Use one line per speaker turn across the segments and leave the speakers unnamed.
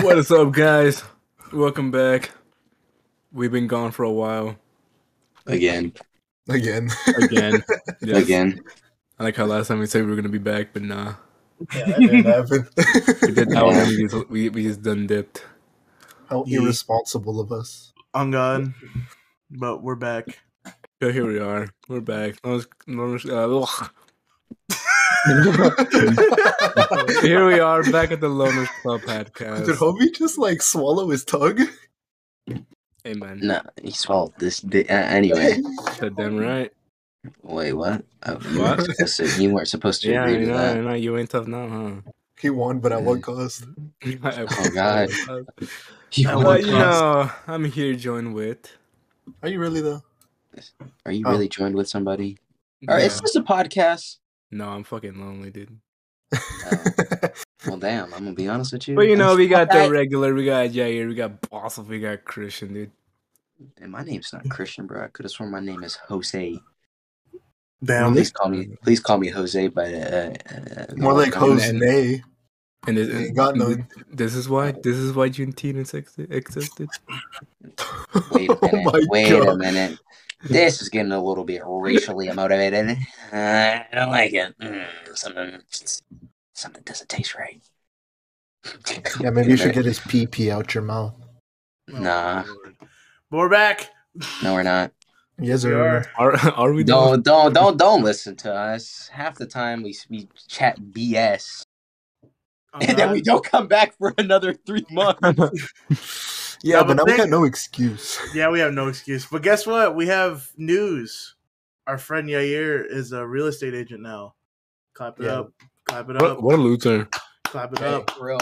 what is up, guys? Welcome back. We've been gone for a while
Again.
Again.
again. Yes.
Again.
I like how last time we said we were gonna be back, but nah,
yeah, that didn't happen.
we did that one. We just, we, we just done dipped.
How
Yeah.
irresponsible of us.
on God. But we're back.
So here we are. We're back. I was- I was- uh, ugh. here we are, back at the Loners Club
Did
podcast.
Homie just like swallow his tongue?
Amen.
No, he swallowed this. Di- uh, anyway,
Said damn right.
wait, what? Oh, you,
What?
Weren't supposed to, you weren't supposed to
Yeah,
agree
I
to
know,
that.
I know. You ain't tough now,
He won, but at what cost?
huh?
Oh, God. You
Now
weren't
Well,
what
you
supposed-
know, I'm here joined with.
Are you really though?
Are you
Oh.
really joined with somebody? All right, it's
No.
just a podcast.
No, I'm fucking lonely, dude.
Oh, well, damn, I'm gonna be honest with you.
But you know, we got the
Okay.
regular, we got Jair, we got Bossel, we got Christian, dude.
And my name's not Christian, bro. I could have sworn my name is Jose.
Damn.
Please call me. Please call me Jose. By the uh, uh,
More like
no, I'm-
Jose. Nay.
And this,
Ain't got
and
none.
this is why this is why Juneteenth exi- existed.
Wait a
Oh
minute.
my
wait a
God.
minute. This is getting a little bit racially motivated. I don't like it. Mm, something, something doesn't taste right.
Yeah, maybe you should get his pee pee out your mouth.
Nah,
But we're back.
no, we're not.
Yes,
We
sir.
are.
Are are we doing
Don't, don't, don't, don't listen to us. Half the time we we chat BS,
On
and then
God.
we don't come back for another three months.
Yeah,
Yeah,
but
but
now we
they-
got no excuse.
Yeah, we have no excuse. But guess what? We have news. Our friend Yair is a real estate agent now. Clap it
Yeah.
up. Clap it
what,
up.
what a loser.
Clap it
Hey.
up.
For real.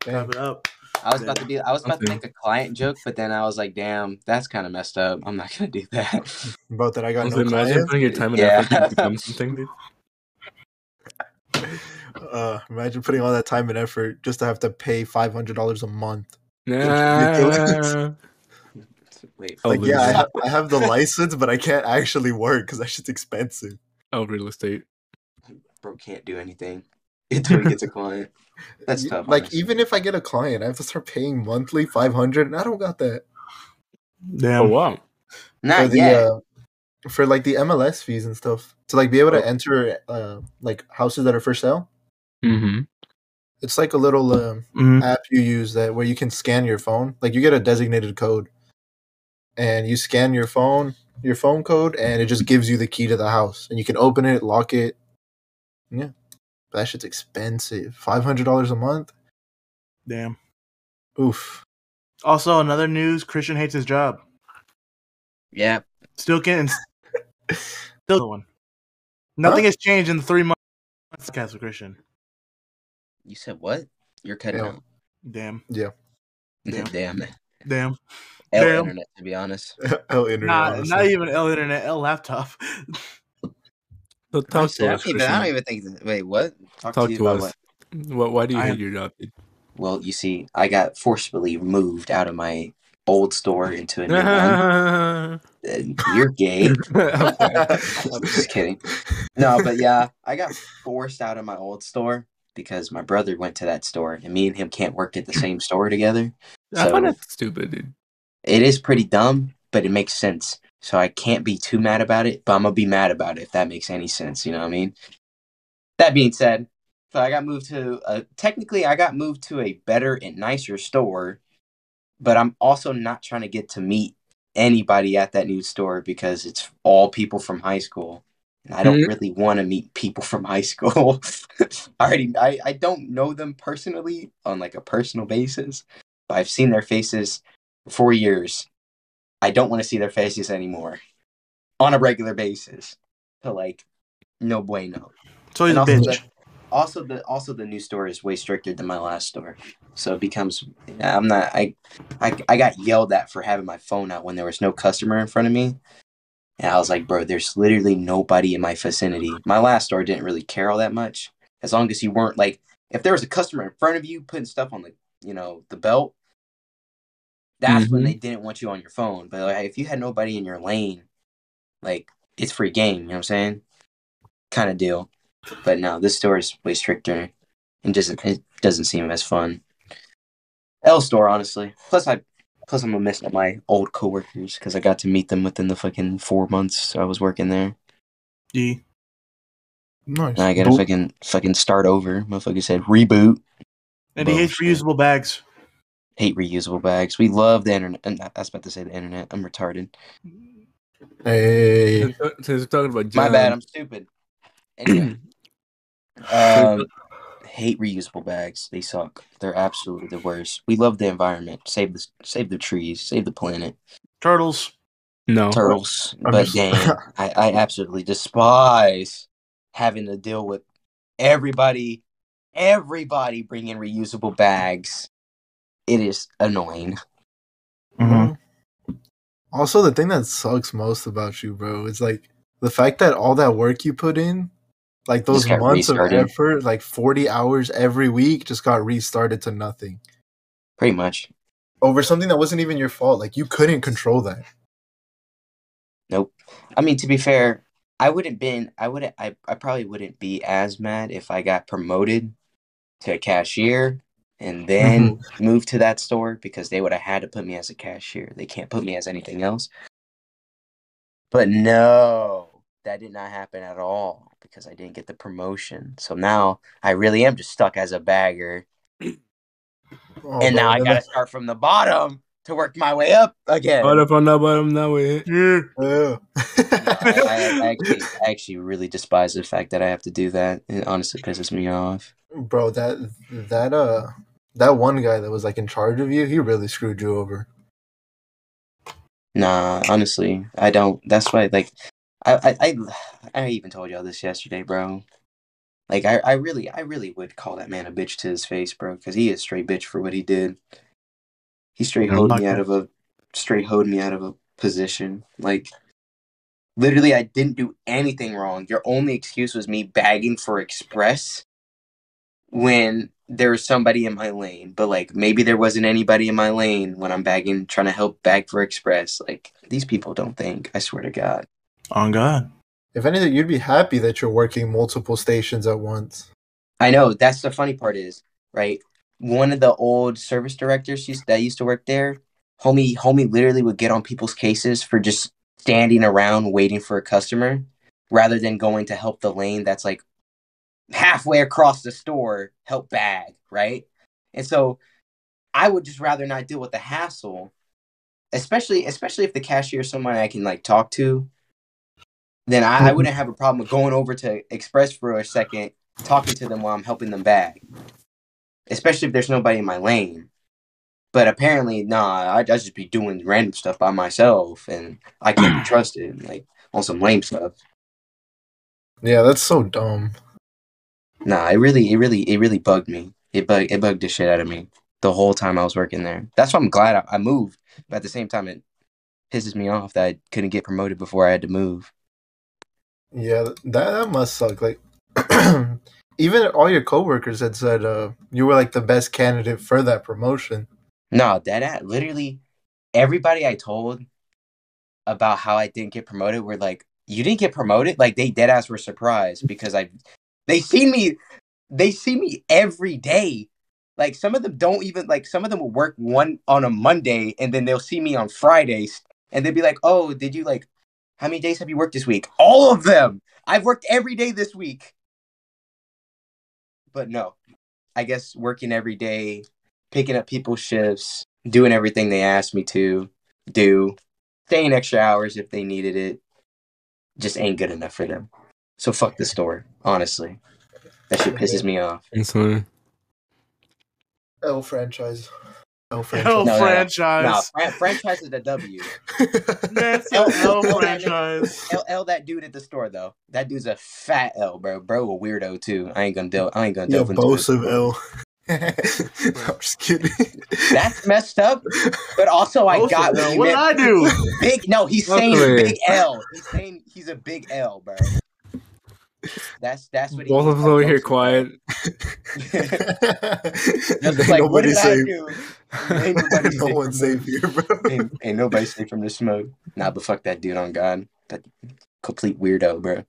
Damn.
Clap it up.
I was about to do. I was about to
Okay.
make a client joke, but then I was like, "Damn, that's kind of messed up. I'm not gonna do that."
About that I got
Honestly,
no
imagine
clients.
putting your time and
Yeah.
effort to become something, dude.
Uh, imagine putting all that time and effort just to have to pay five hundred dollars a month.
Nah.
Wait,
Oh,
Like, yeah, I
loser.
have, I have the license, but I can't actually work because that shit's expensive.
Oh, real estate.
bro can't do anything until he gets a client. That's
Y-
tough.
Like
honestly.
even if I get a client, I have to start paying monthly five hundred, and I don't got that
Damn.
Oh wow.
not
the
yet.
uh, for like the MLS fees and stuff. To like be able
Oh.
to enter uh, like houses that are for sale,
Mm-hmm.
it's like a little um
Mhm.
app you use that where you can scan your phone. Like you get a designated code, and you scan your phone, your phone code, and it just gives you the key to the house, and you can open it, lock it. Yeah, but that shit's expensive. Five hundred dollars a month.
Damn.
Oof.
Also, another news Christian hates his job.
yeah,
Still can't. Still the one. Nothing has changed in the three months. Castle Christian.
you said what? You're cutting
Yeah.
out.
Damn. Yeah.
Damn, damn,
Damn.
L
Damn.
internet. To be honest,
Oh, internet.
Nah,
honestly.
not even L internet, L laptop.
So talk
I
to us.
don't even- I don't
Christian.
even think. that- Wait, what? Talk,
Talk
you
to
about
us.
what?
What, why do you
I
hate
am-
your job, dude?
Well, you see, I got forcibly moved out of my old store into a new one.
Okay.
And You're gay. I'm just kidding. No, but yeah, I got forced out of my old store because my brother went to that store, and me and him can't work at the same store together.
I find
So-
that stupid, dude.
It is pretty dumb, but it makes sense. So I can't be too mad about it, but I'm gonna be mad about it if that makes any sense. You know what I mean? That being said, so I got moved to a, technically I got moved to a better and nicer store, but I'm also not trying to get to meet anybody at that new store because it's all people from high school. And I don't
Mhm.
really want to meet people from high school. I already I, I don't know them personally on like a personal basis, but I've seen their faces for four years. I don't want to see their faces anymore on a regular basis. So like no bueno
So he's
And
a
also
bitch.
that- also the also the new store is way stricter than my last store so it becomes i'm not I, I i got yelled at for having my phone out when there was no customer in front of me and i was like bro there's literally nobody in my vicinity my last store didn't really care all that much as long as you weren't like if there was a customer in front of you putting stuff on the you know the belt that's when
Mhm.
they didn't want you on your phone but like, if you had nobody in your lane like it's free game you know what i'm saying kind of deal but no, this store is way stricter and doesn't it doesn't seem as fun. L store, honestly. Plus, I plus I'm gonna miss all my old coworkers because I got to meet them within the fucking four months I was working there.
D.
Nice.
Now I gotta
Boop.
fucking fucking start over. Motherfucker said reboot.
And he hates
Bullshit.
reusable bags.
Hate reusable bags. We love the internet. and I I was about to say the internet. I'm retarded.
Hey.
Since since we're talking about
My
John,
bad. I'm stupid. Anyway, um, hate reusable bags. They suck. They're absolutely the worst. We love the environment. Save the save the trees. Save the planet.
Turtles.
no.
turtles,
I'm
but
just-
damn, I, I absolutely despise having to deal with everybody, everybody bringing reusable bags. It is annoying. Mm-hmm.
Mm-hmm.
Also, the thing that sucks most about you, bro, is like the fact that all that work you put in, like those
Just got
months of
restarted.
effort, like 40 hours every week, just got restarted to nothing
Pretty much.
over something that wasn't even your fault. Like, you couldn't control that.
I mean, to be fair, I wouldn't been. I wouldn't. I, I probably wouldn't be as mad if I got promoted to a cashier and then moved to that store because they would have had to put me as a cashier. They can't put me as anything else. But no, that did not happen at all because I didn't get the promotion. So now I really am just stuck as a bagger,
Oh,
and
bro,
now I gotta
that's-
start from the bottom to work my way up again.
Right up on that bottom now we
Yeah.
Yeah.
I, I- I actually, I actually really despise the fact that I have to do that. It honestly pisses me off.
bro, that that uh that one guy that was like in charge of you, he really screwed you over.
Nah, honestly, I don't. That's why, like, I, I, I, I even told y'all this yesterday, bro. Like, I, I really, I really would call that man a bitch to his face, bro, because he is straight bitch for what he did. He straight hoed me out of a, straight hoed me out of a position. Like, literally, I didn't do anything wrong. Your only excuse was me bagging for Express when there was somebody in my lane, but like maybe there wasn't anybody in my lane when I'm bagging, trying to help bag for Express. Like these people don't think. I swear to God.
On God.
If anything, you'd be happy that you're working multiple stations at once.
I know. That's the funny part is right. One of the old service directors used, that used to work there, homie, homie, literally would get on people's cases for just standing around waiting for a customer, rather than going to help the lane that's like halfway across the store help bag right. And so, I would just rather not deal with the hassle, especially especially if the cashier is someone I can like talk to. Then I, I wouldn't have a problem with going over to Express for a second talking to them while I'm helping them back, especially if there's nobody in my lane. But apparently, nah, I, I just be doing random stuff by myself, and I can't be trusted, like on some lame stuff.
Yeah, that's so dumb.
Nah, it really, it really, it really bugged me. It bug, it bugged the shit out of me the whole time I was working there. That's why I'm glad I, I moved. But at the same time, it pisses me off that I couldn't get promoted before I had to move.
Yeah, th- that that must suck. Like, even all your coworkers had said uh, you were like the best candidate for that promotion.
No, dead at literally everybody I told about how I didn't get promoted were like, "You didn't get promoted?" Like they dead ass were surprised because I, they see me, they see me every day. Like some of them don't even like some of them will work one on a Monday and then they'll see me on Fridays and they'll be like, "Oh, did you like? How many days have you worked this week?" All of them. I've worked every day this week. But no, I guess working every day picking up people's shifts, doing everything they asked me to do, staying extra hours if they needed it, just ain't good enough for them. So fuck the store, honestly. That shit pisses me off.
It's funny.
L franchise. L
Hell
franchise.
No, no, no. Nah,
franchise.
fran- franchise is a W.
That's
Hell-
a hell
hell,
franchise.
L, L that dude at the store though. That dude's a fat L, bro. Bro, a weirdo too. I ain't gonna delve. I ain't gonna
yeah,
delve into
both
it.
of L. I'm just kidding.
That's messed up. But also, I
Both
got what
of them.
he
What did
meant.
I do?
Big no, he's saying
Luckily.
big L. He's saying he's a big L, bro. That's that's what he
Both of
means
us
by
over here
both
quiet.
them. Just
Ain't
like, what
nobody
did
safe.
I do? Ain't nobody
no
safe
one
from
safe here, bro.
Ain't, ain't nobody safe from the smoke. Nah, but fuck that dude on God. That complete weirdo, bro.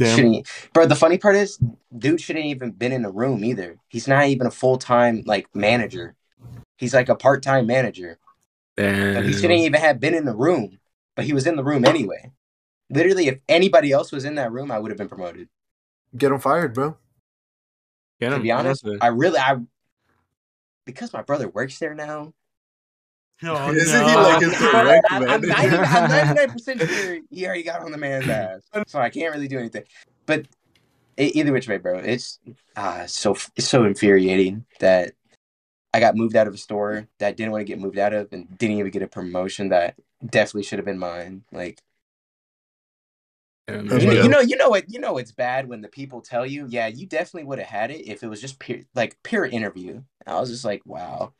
Shouldn't, bro, the funny part is, dude shouldn't even been in the room either. He's not even a full time like manager. He's like a part time manager. But
Damn.
he shouldn't even have been in the room, but he was in the room anyway. Literally, if anybody else was in that room, I would have been promoted.
Get him fired, bro.
Get
to
him,
be honest,
honestly.
I really, I because my brother works there now.
No,
Isn't
no.
he like his
I-
direct
I- Oh, I'm
manager?
90 I'm 99% sure he already got on the man's ass, so I can't really do anything. But e- either which way, bro, it's ah, it's so it's so infuriating that I got moved out of a store that I didn't want to get moved out of, and didn't even get a promotion that definitely should have been mine. Like
Damn,
That's
you
man.
know,
Yeah.
you know, you know it. You know it's bad when the people tell you, "Yeah, you definitely would have had it if it was just pure, like pure interview." And I was just like, "Wow,"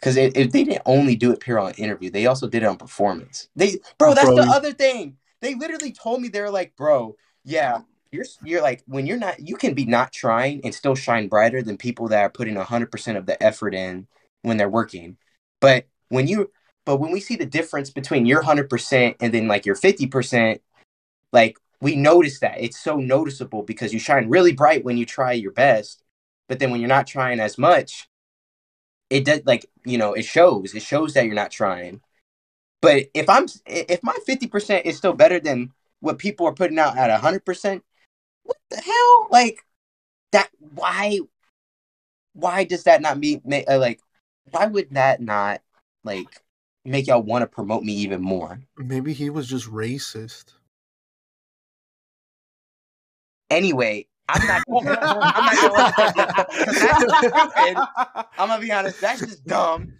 because if they didn't only do it pure on interview, they also did it on performance. They, bro, that's the
Bro.
other thing. They literally told me they were like, "Bro, yeah, you're you're like when you're not, you can be not trying and still shine brighter than people that are putting hundred percent of the effort in when they're working." But when you, but when we see the difference between your hundred percent and then like your fifty percent like we notice that it's so noticeable because you shine really bright when you try your best but then when you're not trying as much it does like you know it shows it shows that you're not trying but if i'm if my 50% is still better than what people are putting out at 100% what the hell like that why why does that not mean ma- uh, like why would that not like make y'all want to promote me even more
Maybe he was just racist.
anyway i'm not I'm not gonna And I'm gonna be honest, that's just dumb.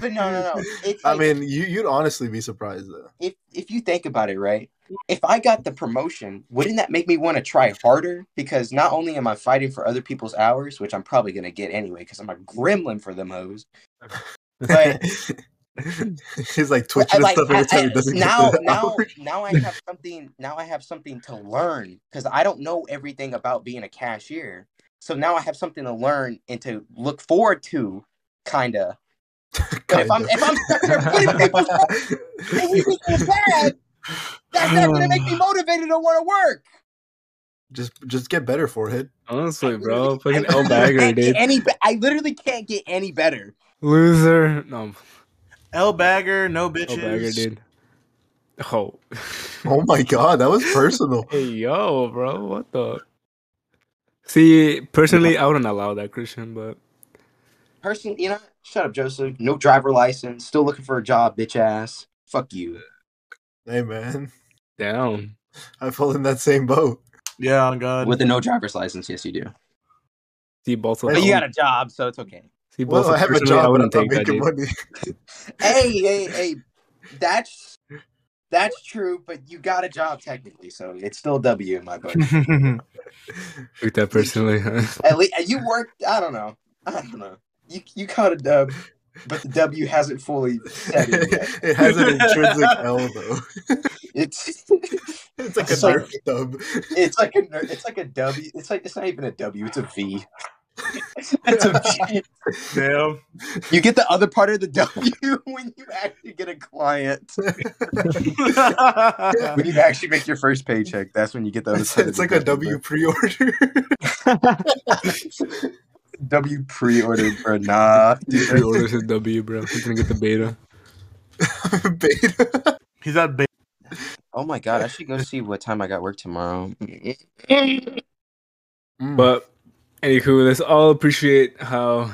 But no, no, no. It's
I
like,
mean, you you'd honestly be surprised though.
if if you think about it, right? If I got the promotion, wouldn't that make me want to try harder? Because not only am I fighting for other people's hours, which I'm probably gonna get anyway, because I'm a gremlin for them hoes. But-
He's like twitching
like,
and stuff every
I-
time he
I-
doesn't
now,
get the
now,
hour.
now I have something. Now I have something to learn because I don't know everything about being a cashier. So now I have something to learn and to look forward to, kinda. But if
Kinda.
I'm if I'm stuck there putting people's and we think it's bad, that's not gonna make me motivated to want to work.
just just get better, forehead.
honestly,
I
bro. Fucking
literally
L Bagger,
can't get
dude.
Any, be- I literally can't get any better.
Loser. No,
L Bagger, no
L Bagger,
bitches.
dude. Oh.
Oh my god, that was personal.
Hey, yo, bro. What the? See, personally, I wouldn't allow that, Christian, but.
Person, you know, shut up, Joseph. No driver license. Still looking for a job, bitch ass. Fuck you.
hey man,
Down.
I fell in that same boat.
yeah, on God.
With a no driver's license, yes, you do.
See both of
But
But
them.
you got a job, so it's okay.
See both
Well,
of
I have a
personally,
job,
I
but I'm
wouldn't
not
take that,
making
dude.
money.
hey, hey, hey. That's that's true, but you got a job technically, so it's still W in my book.
Take that personally.
At least you worked. I don't know. I don't know. You you caught a dub, but the W hasn't fully set in yet.
it has an intrinsic L though.
It's
It's like a
It's like-
Nerf dub.
it's like a ner- it's like a W. It's like it's not even a W. It's a V. It's a V.
Damn.
You get the other part of the W when you actually get a client. When you actually make your first paycheck, that's when you get the other
It's,
side of
it's
the
like a W
W,
pre-order.
bro. W pre-order, bro. Nah, dude.
He orders a W, bro. He's gonna get the beta.
Beta.
He's at ba-
Oh my god, I should go see what time I got work tomorrow. Mm.
But anywho, let's all appreciate how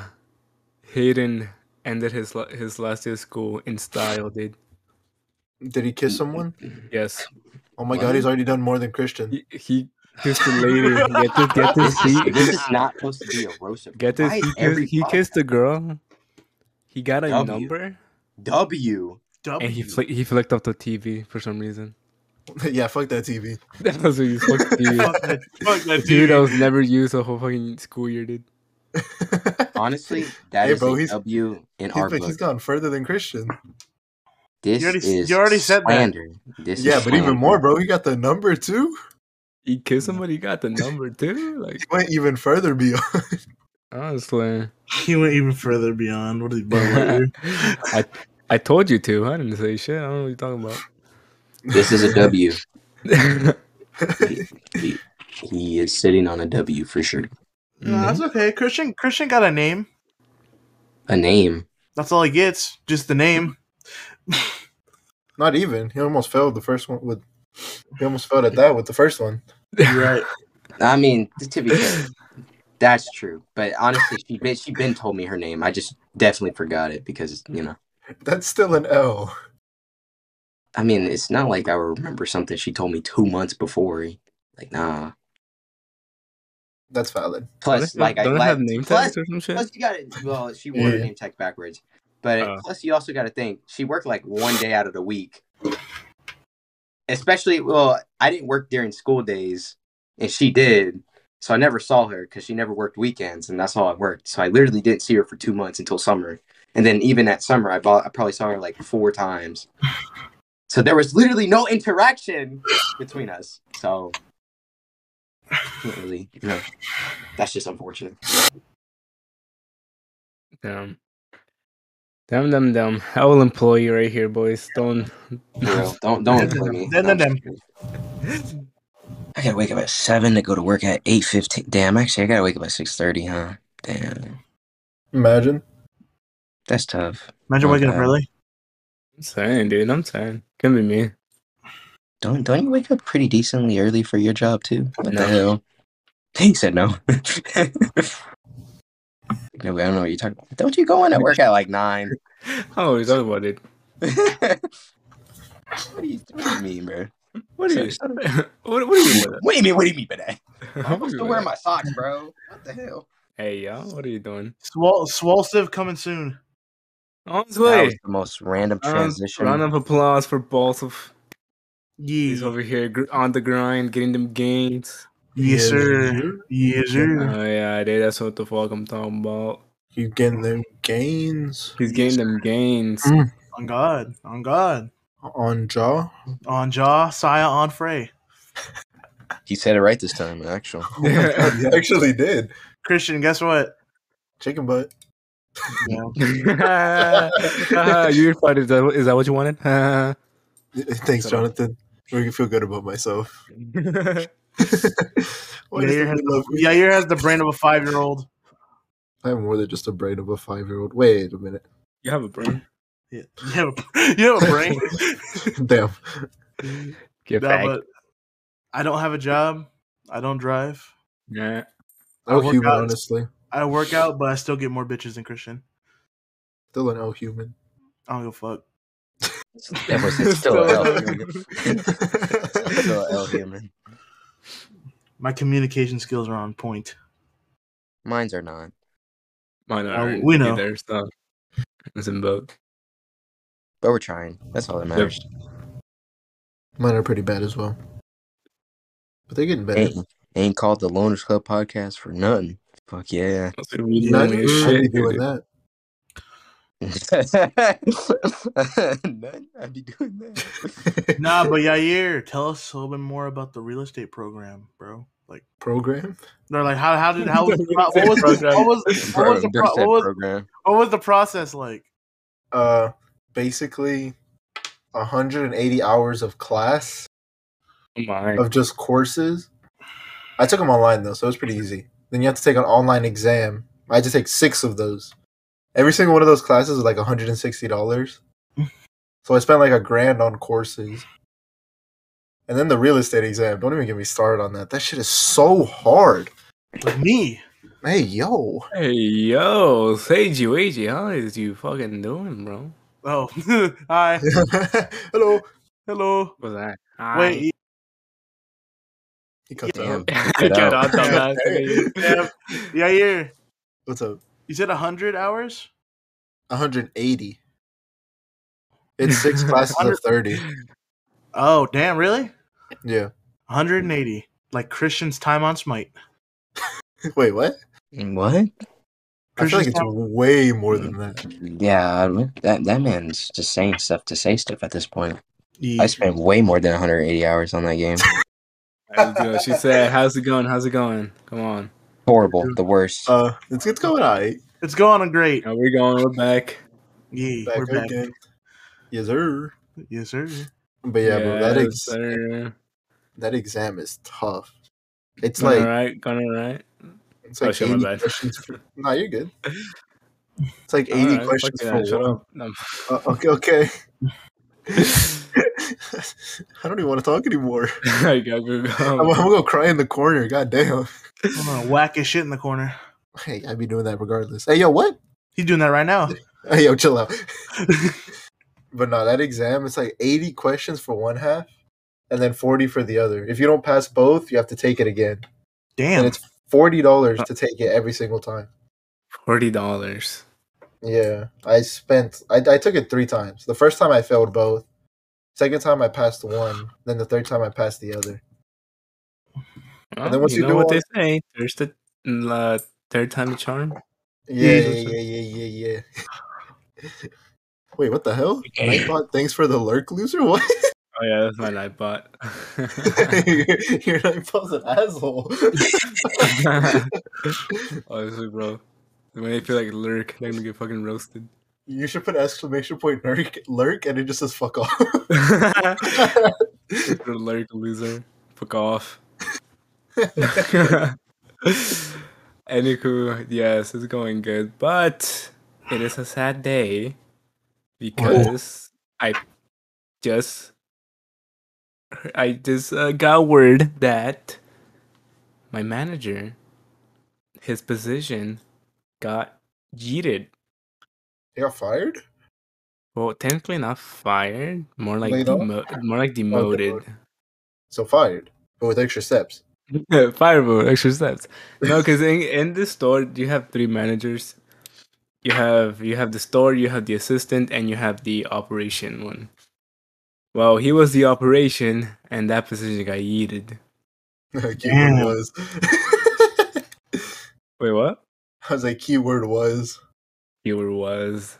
Hayden ended his la- his last day of school in style, dude.
Did he kiss someone?
Yes,
Oh my
What?
god, he's already done more than Christian.
he, he kissed the lady. Get this, get this. He,
this is not supposed to be a roast. of-
get this.
Why is
He
every
kissed, he kissed the girl. He got a
W.
number
W.
W.
and he fl- he flicked off the TV for some reason.
yeah, fuck that TV.
That was what you fucked TV.
Fuck that, fuck that
Dude,
dude.
I was never used the whole fucking school year, dude.
Honestly, that
Hey,
is
bro,
a
he's-
W in
He's,
our
but
book.
he's gone further than Christian.
This
You already-
is
you already said that.
slander. This is
yeah, but even
slander.
more, bro. He got the number too.
He kissed somebody, he got the number too. Like
He went even further beyond.
honestly,
He went even further beyond. What is he, Bud Lighter?
I I told you to. I didn't say shit. I don't know what you're talking about.
This is a W.
Damn,
he, he is sitting on a W for sure.
Mm-hmm. No, that's okay. Christian Christian got a name.
A name.
That's all he gets, just the name.
Not even. He almost failed the first one with. He almost failed at that with the first one.
You're right.
I mean, to be fair, that's true. But honestly, she been, she been told me her name. I just definitely forgot it because you know.
That's still an L.
I mean, it's not like I remember something she told me two months before. Like, nah.
That's valid.
Plus,
Don't it-
like, I,
don't it
like
have name
plus,
tags or some shit.
plus you got it. Well, she wore her
Yeah.
name tag backwards, but
Uh.
plus you also got to think she worked like one day out of the week. Especially, well, I didn't work during school days, and she did, so I never saw her because she never worked weekends, and that's all I worked. So I literally didn't see her for two months until summer, and then even that summer, I bought, I probably saw her like four times. So there was literally no interaction between us. So can't really, you know, that's just unfortunate.
Damn. Damn, damn, damn. I will employ you right here, boys. Don't.
For real. Don't don't employ me.
Dun, dun, dun.
I gotta wake up at seven to go to work at eight fifteen. Damn, actually I gotta wake up at six thirty, huh? Damn.
Imagine.
That's tough.
Imagine waking up
Okay.
early.
I'm saying, dude. I'm saying. Can be me.
Don't don't you wake up pretty decently early for your job too? What
No.
the hell? He said no. no, I don't know what you're talking about. Don't you go in at work at like nine?
Oh, you talking about it.
what, do you, what do you mean, bro?
What do you? what, what do you mean by that?
What do you mean? What do you mean by that?
What
I'm
do you
still
mean by
wearing
that?
my socks, bro. What the hell?
Hey, y'all. What are you doing?
Swol Swolstive coming soon.
On his
That
way.
was the most random
Um,
transition.
round of applause for both of
Yee.
these over here gr- on the grind, getting them gains.
Yes,
Yeah.
sir. Yes, sir.
Oh yeah, dude, that's what the fuck I'm talking about.
You getting them gains
He's getting them gains.
Mm.
On God. On God.
on jaw?
On Jaw, Saya, on Frey.
he said it right this time, actual.
You actually did.
Christian, guess what?
Chicken butt.
You're funny. Is that, is that what you wanted?
Thanks,
Shut up.
Jonathan. I can feel good about myself. Why
Yeah,
does
you're-
everybody love me?
Yair has the brain of a five year old.
I have more than just a brain of a five year old. Wait a minute.
you have a brain.
Yeah. You have a, you have a brain.
Damn.
Get
No,
back.
but I don't have a job. I don't drive.
Yeah.
Oh,
work
human,
out.
honestly.
I work out, but I still get more bitches than Christian.
Still an O human.
I don't give a fuck.
That was it's still a L. Still a L human.
My communication skills are on point.
Mine's are not.
Mine
Oh,
aren't
we know.
Either, so. It's in both.
But we're trying. That's all that matters.
Mine are pretty bad as well. But they're getting better.
Ain't, ain't called the Loners Club podcast for nothing. Fuck yeah.
That's what we
Yeah,
Not
doing.
you should be
Shit,
doing
dude.
that.
None, I'd be doing that.
Nah, but Yair, tell us a little bit more about the real estate program, bro. Like,
Program?
they're like, how how did how was
The
the
real
pro- what was
estate
the, what was what was the
Bro,
pro-
said
what was
program.
what was the process like?
Uh, basically, 180 hours of class
Oh my.
of just courses. I took them online though, so it was pretty easy. Then you have to take an online exam. I had to take six of those. Every single one of those classes is like hundred and sixty dollars. so I spent like a grand on courses. And then the real estate exam. Don't even get me started on that. That shit is so hard.
With me,
Hey yo,
Hey, yo. Seiji Weiji, how is you fucking doing, bro?
oh hi,
hello.
hello.
What's that?
Wait,
He cuts
Yeah.
out.
I
Get
got
out.
out dumbass.
yeah, Yair,
What's up?
you said hundred hours.
One hundred eighty. It's six classes of thirty.
Oh damn, really?
Yeah.
One hundred and eighty, like Christian's time on Smite.
Wait, what?
What?
I feel like
Christian's
it's
time-
way more than that.
Yeah, I mean, that that man's just saying stuff to say stuff at this point.
Yeah.
I spent way more than 180 hours on that game.
How's it going? She said, "How's it going? How's it going? Come on,
Horrible, the worst.
Uh, it's, it's going all right.
It's going on great.
now we're going. We're back.
Yeah,
Back
we're back.
again. Yes, sir.
Yes, sir.
But yeah, bro, that,
Yes,
ex-
sir.
that exam is tough. It's
Going
like,
right, going right.
it's
Oh
like
shit, my
80
bad.
questions. For- nah, you're good. It's like eighty
Alright,
questions
fuck
for
that, shut
one.
up. No.
Uh, okay, okay. I don't even want to talk anymore.
I gotta
I'm, I'm
go.
gonna go cry in the corner. God damn.
I'm gonna whack his shit in the corner.
Hey, I'd be doing that regardless. Hey, yo, what?
He's doing that right now.
Hey, yo, chill out. but no, that exam it's like eighty questions for one half, and then forty for the other. If you don't pass both, you have to take it again, and
Damn.
it's forty dollars to take it every single time.
Forty dollars.
Yeah, I spent. I, I took it three times. The first time I failed both. Second time I passed one. Then the third time I passed the other.
Well,
then once you
you know
do
what
all-
they say, there's the uh, third time the charm.
Yeah,
Jesus.
yeah, yeah, yeah, yeah. yeah. Wait, what the hell? Nightbot, thanks for the lurk, loser. What?
Oh yeah, that's my night bot.
Your Nightbot's an asshole.
Honestly, bro, when they feel like lurk, they're gonna get fucking roasted.
you should put exclamation point lurk, lurk, and it just says fuck off.
You're a lurk loser. Fuck off. Anywho, yes, it's going good, but it is a sad day because I just I just uh, got word that my manager, his position, got yeeted.
they got fired.
Well, technically not fired, more like
Laid off?
demo- more like demoted.
So fired, but with extra steps.
Yeah, Fireboat, extra steps. No, because in, in this store you have three managers. You have you have the store, you have the assistant, and you have the operation one. Well, he was the operation, and that position got yeeted.
keyword
Damn.
was.
Wait, what?
I was like, keyword was.
He or was,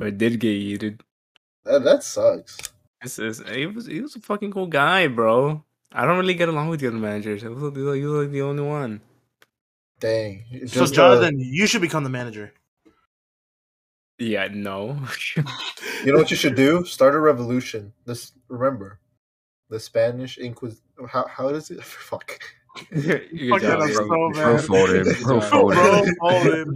or did get yeeted.
That, that sucks.
This is he was he was a fucking cool guy, bro. I don't really get along with the other managers. I was like, you were like the only one.
Dang.
so
Just, uh,
Jonathan, you should become the manager.
Yeah, no.
you know what you should do? Start a revolution. This remember, the Spanish Inquis. How how does it? Fuck.
Good
Fuck that,
job,
I'm
bro.
so
Bro
mad.
folded. Bro
Bro
Bro,
folded.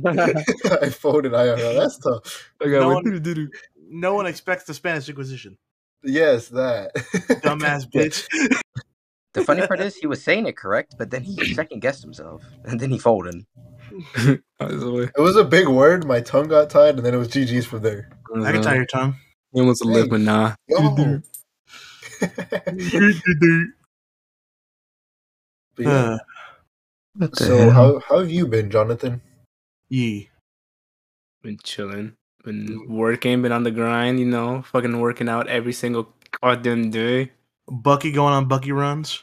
folded.
I folded IRL. That's tough.
I got
No
one-
No one expects the Spanish Inquisition.
Yes, that.
Dumbass bitch.
The funny part is he was saying it correct, but then he second guessed himself, and then he folded.
Honestly.
It was a big word. My tongue got tied, and then it was GG's from there.
I can
Uh-huh.
tie your tongue.
He wants to live, but nah.
Yo. But yeah.
Uh,
So how how have you been, Jonathan?
ye.
Been chilling, been working, been on the grind, you know, fucking working out every single goddamn day.
Bucky going on Bucky runs.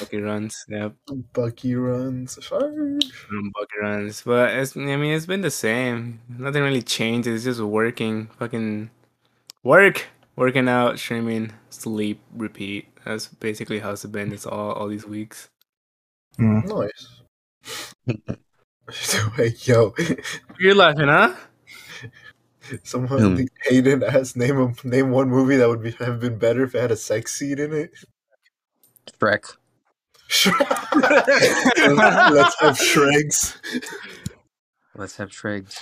Bucket runs, yep,
Bucky runs. Shark.
um, bucket runs. But it's, I mean, it's been the same. Nothing really changed. It's just working, fucking work, working out, streaming, sleep, repeat. That's basically how it's been. It's all all these weeks.
Nice. Wait, yo,
You're laughing, huh?
someone
Hmm.
Hayden asked name a, name one movie that would be, have been better if it had a sex scene in it.
Shrek.
Shrek. Let's have Shreks.
Let's have Triggs.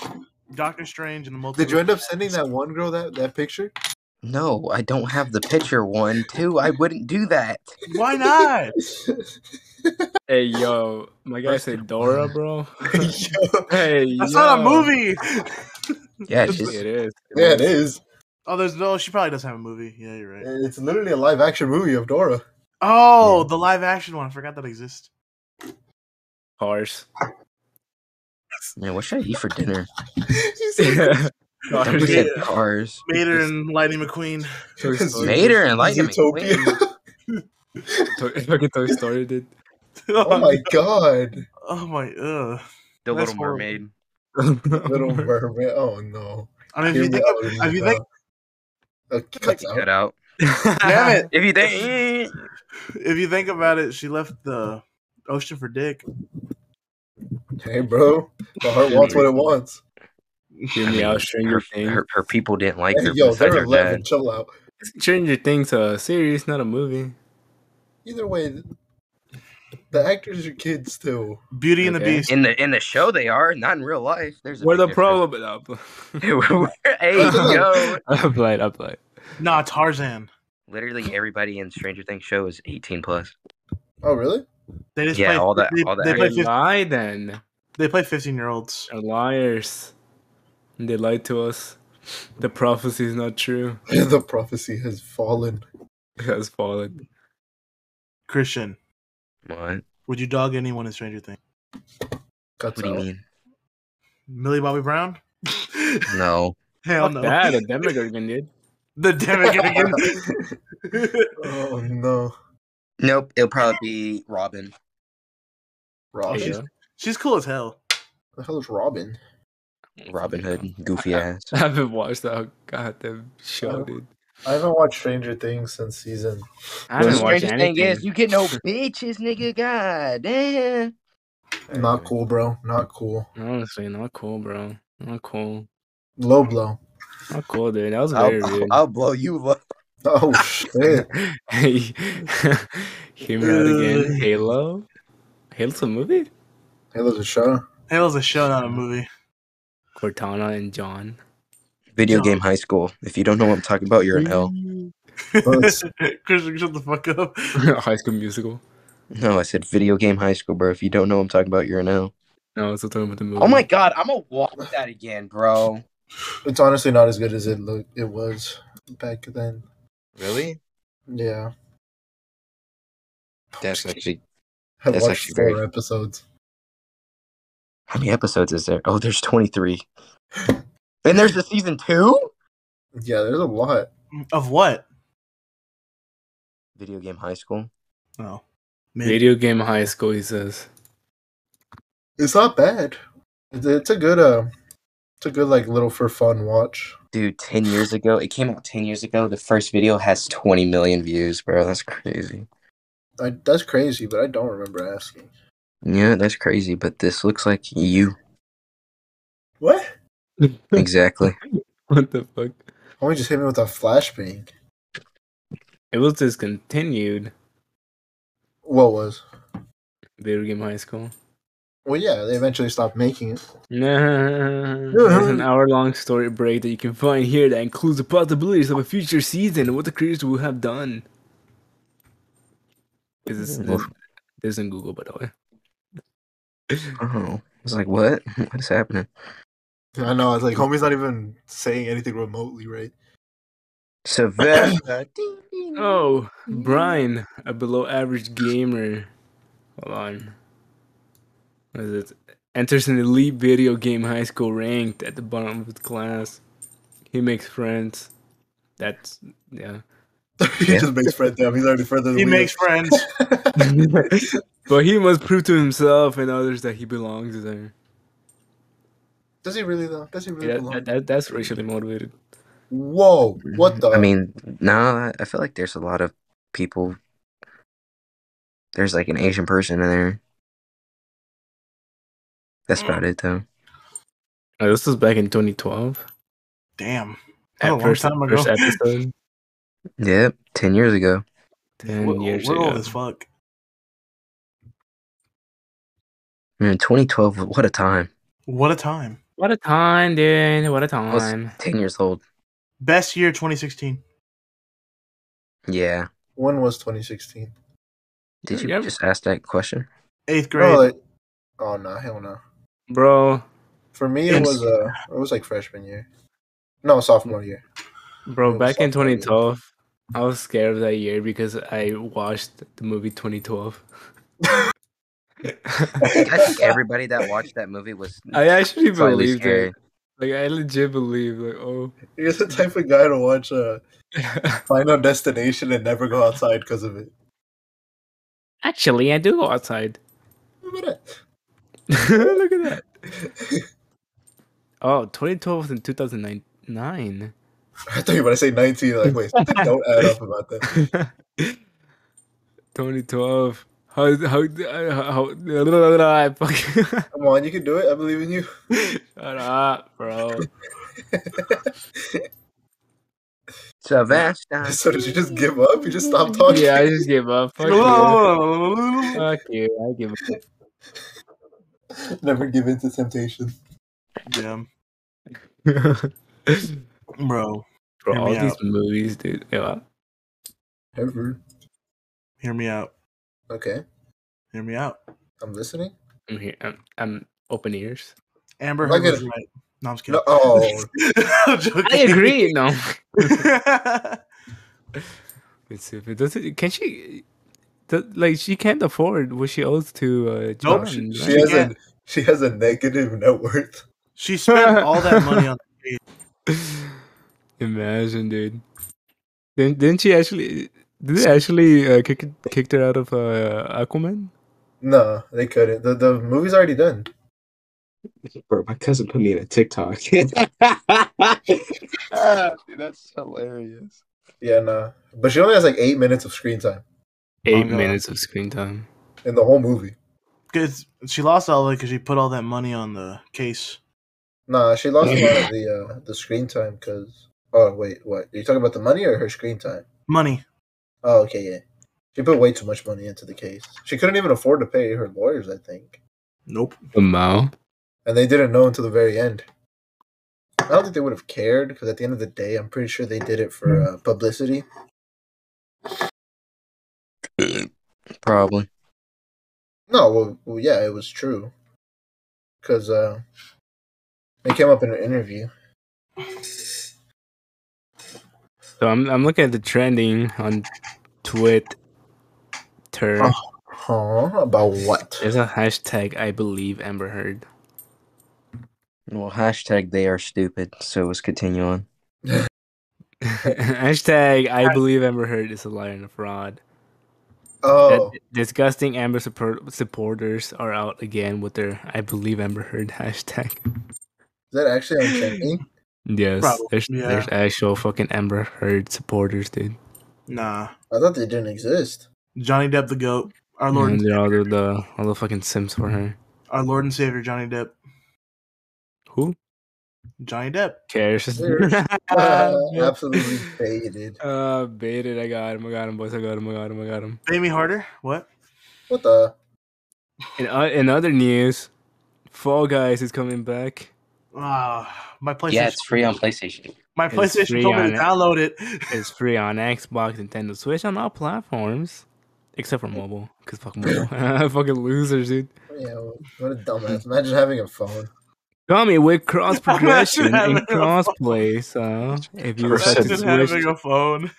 Doctor Strange and the multiple.
Did you end up sending that one girl that that picture?
No, I don't have the picture one. Two, I wouldn't do that.
Why not?
Hey yo, my guy said Dora, bro.
yo.
hey,
That's not a
yo.
movie.
Yeah, it's
It
just
is.
Yeah, it is.
Oh, there's no. She probably does have a movie. Yeah, you're right.
It's literally a live action movie of Dora.
Oh, the live action one. I forgot that exists.
Cars.
man. What should I eat for dinner?
He said-
Somebody
Cars.
Yeah.
said cars.
Mater and Lightning McQueen.
Toy
It's
Story.
Mater and Lightning
Zootopia.
McQueen.
Toy- Fucking Toy Story did.
Oh my god.
Oh my. Ugh.
The
That's
Little Mermaid.
Little Mermaid. Oh no.
I mean, if
Hear
you
me
think
out,
of, if you
Lisa.
think,
Uh, cuts out.
Cut out.
damn it,
If you think
if you think about it, she left the ocean for dick.
Hey, bro. My heart wants what it wants.
Hear me out, Stranger
her,
Things.
her, her people didn't like
Hey,
her.
yo,
besides
they're
her
11.
dad.
Chill out.
Stranger Things a series, not a movie.
Either way, The actors are kids still.
Beauty and the
Okay.
Beast.
In the in the show, they are not in real life. There's a
Where the
big
problem?
difference.
uh, No,
hey, yo.
I'm playing. I'm playing.
Nah, Tarzan.
Literally everybody in Stranger Things show is 18 plus.
Oh really?
They just
Yeah,
play,
all that-
They,
all that
they play
They
But
fif-
lie then.
they play fifteen year olds.
They're liars. They lied to us. The prophecy is not true.
the prophecy has fallen.
It has fallen.
Christian,
What?
would you dog anyone in Stranger Things?
Cuts
What do you
out.
mean?
Millie Bobby Brown?
No.
Hell
Fuck
no.
that. A demigorgon, dude.
The Demogorgon.
Oh no.
Nope. It'll probably be Robin.
Robin.
Yeah.
She's cool as hell.
the hell is Robin?
Robin Hood. Goofy ass.
I haven't watched that goddamn show,
Oh.
dude.
I haven't watched Stranger Things since season.
I haven't
The
watched anything.
you get no bitches, nigga. God damn.
Not cool, bro. Not cool.
Honestly, not cool, bro. Not cool.
Low blow.
Not cool, dude. That was very
I'll,
rude.
I'll blow you up.
Oh shit.
hey, hear me out again. Halo? Halo's a movie?
Halo's a show.
Halo's a show, not a movie.
Cortana and John.
Video game high school. If you don't know what I'm talking about, you're an L.
Let's-
Christian, shut the fuck up.
High School Musical.
No, I said video game high school, bro. If you don't know what I'm talking about, you're an L.
No, it's a talking about the movie.
Oh my god, I'm gonna walk with that again, bro.
It's honestly not as good as it look it was back then.
Really?
Yeah.
That's actually.
I
that's
watched
actually
four
very-
episodes.
How many episodes is there? Oh, there's 23. And there's the season two?
Yeah, there's a lot.
Of what?
Video game high school.
No. Oh. Maybe.
Video game high school, he says.
It's not bad. It's, it's a good uh it's a good like little for fun watch.
Dude, 10 years ago, it came out 10 years ago. The first video has 20 million views, bro. That's crazy.
I, that's crazy, but I don't remember asking.
Yeah, that's crazy, but this looks like you.
What?
Exactly.
What the fuck?
Homie just hit me with a flashbang.
It was discontinued.
What was?
Video game high school.
Well, yeah, they eventually stopped making it.
Nah, there's an hour-long story break that you can find here that includes the possibilities of a future season and what the creators will have done. Is this, this, this is in Google, by the way.
Oh. I was like, what? What is happening?
I know. I was like, homie's not even saying anything remotely right.
Sylvester.
Oh, Brian, a below-average gamer. Hold on. What is it? Enters an elite video game high school ranked at the bottom of his class. He makes friends. That's yeah.
he
Yeah.
just makes friends with him. He's already further than
He
we
makes friends.
but he must prove to himself and others that he belongs there.
are. Does he really though? Does he really
Yeah,
belong?
that, that, that's racially motivated.
Whoa! What the?
I mean, no, I feel like there's a lot of people. There's like an Asian person in there. That's about
Eh.
it, though.
Uh, this was back in 2012.
Damn. That was a
At
Oh, long
first,
time ago.
first episode.
Yep, ten years ago.
Ten
We're-
years
we're
ago.
old as fuck.
Man, 2012. What a time.
What a time.
What a time, dude. What a
I was
time.
ten years old.
Best year 2016.
Yeah.
when was 2016?
Did you
Yeah.
just ask that question?
Eighth grade.
Oh, like, oh no, hell no.
Bro,
For me, it
Yes.
was uh, it was like freshman year. No, sophomore year.
bro,
It was
back in
sophomore year.
2012, I was scared of that year because I watched the movie 2012.
I think, I think everybody that watched that movie was
I actually
slightly
believed
scared.
it. Like, I legit believe, like, oh.
You're the type of guy to watch uh, Final Destination and never go outside because of it.
actually, I do go outside.
Look at that.
Look at that. Oh, 2012 was in 2009.
I thought you were about to say 19. Like, wait, something don't add up about that.
2012. How, how, how, how I fucking.
Come on, you can do it. I believe in you.
Shut up, bro.
Sebastian.
So did you just give up? You just stopped talking?
Yeah, I just gave up. Fuck you. Fuck you. I give up.
Never give in to temptation.
Damn,
For
bro. Hear
all
me
these
out.
movies, dude. Yeah.
Ever.
Hear me out.
Okay.
Hear me out.
I'm listening.
I'm here. I'm, I'm open ears.
Amber
Look
Heard was
at-
right. No, I'm just kidding.
No, oh,
I'm joking.
I agree. No.
That's
Let's see if it does it. Can she? th- like she can't afford what she owes to uh, John.
Nope, she-
she
right?
has a she has a negative net worth.
She spent all that money on.
Imagine, dude. Then didn't she actually? Did they actually uh, kick kicked her out of uh, Aquaman?
No, they couldn't. The the movie's already done.
Bro, my cousin put me in a TikTok. Ah, dude, that's hilarious.
Yeah, nah. But she only has like eight minutes of screen time
Eight
no.
minutes of screen time.
in the whole movie.
Cause she lost all of it because she put all that money on the case.
Nah, she lost a lot of the uh, the screen time because. Oh wait, what? Are you talking about the money or her screen time?
Money.
Oh, okay, yeah. She put way too much money into the case. She couldn't even afford to pay her lawyers, I think,
Nope.
Amount.
and they didn't know until the very end. I don't think they would have cared because at the end of the day, I'm pretty sure they did it for uh, publicity.
Probably.
No, well, well yeah, it was true. Because uh, it came up in an interview.
So I'm I'm looking at the trending on Twitter.
Huh? About what?
There's a hashtag I believe Amber Heard.
Well, hashtag they are stupid. So let's continue on.
hashtag I believe Amber Heard is a liar and a fraud.
Oh,
That- disgusting Amber support- supporters are out again with their I believe Amber Heard hashtag.
is that actually on trending?
Yes,
Probably,
there's
yeah.
there's actual fucking Amber Heard supporters, dude.
Nah.
I thought they didn't exist.
Johnny Depp the goat. Our Lord.
And
And,
they're all the, the all the fucking sims for her.
our Lord and Savior Johnny Depp.
Who
Johnny Depp.
cares?
Cares.
uh,
Absolutely faded.
baited. I got him. I got him. Boys, I got him. I got him. I got him.
Amy Harder. What?
What the?
In, o in other news, Fall Guys is coming back.
Ah, my PlayStation.
Yeah, it's free on PlayStation.
my
it's
PlayStation
free
told me
on
to
it.
download it.
It's free on Xbox, Nintendo Switch, on all platforms except for mobile. Cause fuck mobile, fucking losers, dude.
Yeah, what a dumbass. Imagine having a phone.
Tommy with cross progression
having
and
a
crossplay. So if you decide
Imagine
to
having
switch,
a phone.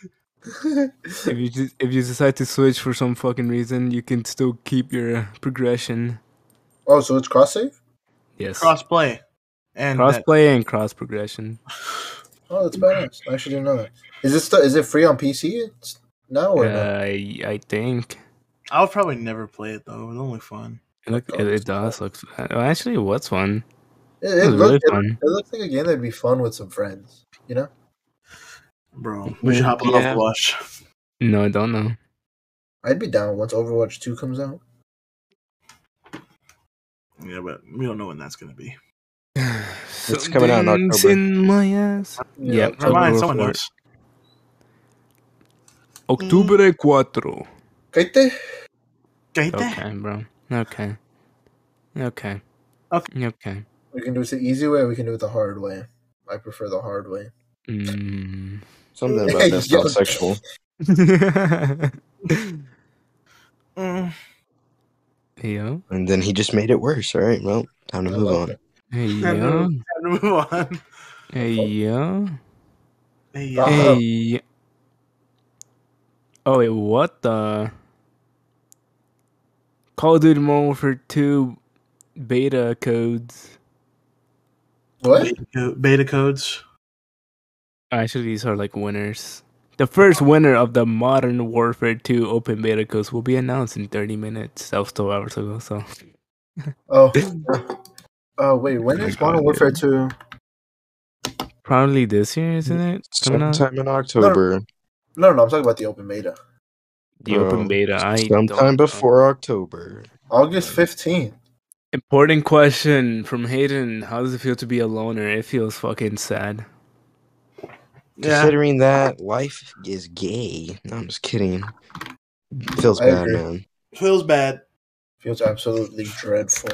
if you just, if you decide to switch for some fucking reason, you can still keep your progression.
Oh, so it's cross save?
Yes,
Crossplay. And that-
crossplay and cross progression.
Oh, that's badass. I actually didn't know that. Is it still? Is it free on PC? It's, no or no?
I uh, I think
I'll probably never play it though. It was only fun.
it, look, it, it does look. uh, Well, actually, what's fun?
It,
It
it,
was really
looked, it,
fun.
it looked like a game that'd be fun with some friends. You know?
Bro, we should hop
Mm,
on
Yeah.
Overwatch.
No, I don't know.
I'd be down once Overwatch Two comes out.
Yeah, but we don't know when that's gonna be.
It's
coming out in October.
in my ass. Yep.
Never mind,
October
someone
fourth.
knows.
Octubre 4.
Kaite?
Gaite?
Okay, bro. Okay. Okay.
Okay.
Okay.
We can do it the easy way. Or we can do it the hard way. I prefer the hard way.
Mm.
Something
about that sounds sexual.
Mm.
yo.
And then he just made it worse. All right, well, time to
I
move
love
on.
it.
Hey,
Time to-
yo.
time to move on.
Hey, yo.
Hey,
Uh,
yeah.
Hey. yo. Oh, wait, what the? Call of Duty Modern Warfare 2 beta codes.
What?
Beta, co- beta codes.
Actually, these are like winners. The first winner of the Modern Warfare 2 open beta codes will be announced in 30 minutes. That was 12 hours ago, so.
Oh. Oh wait, when is
God,
Modern
yeah.
Warfare Two?
Probably this year, isn't it? Coming out?
Sometime in October.
No, no, I'm talking about the open beta.
The open
Bro,
beta. I don't
uh, Sometime
know.
before October.
August fifteenth.
Important question from Hayden How does it feel to be a loner? It feels fucking sad.
Yeah.
Considering that life is gay. No, I'm just kidding. Feels
I
bad,
agree.
man.
Feels bad.
Feels absolutely dreadful.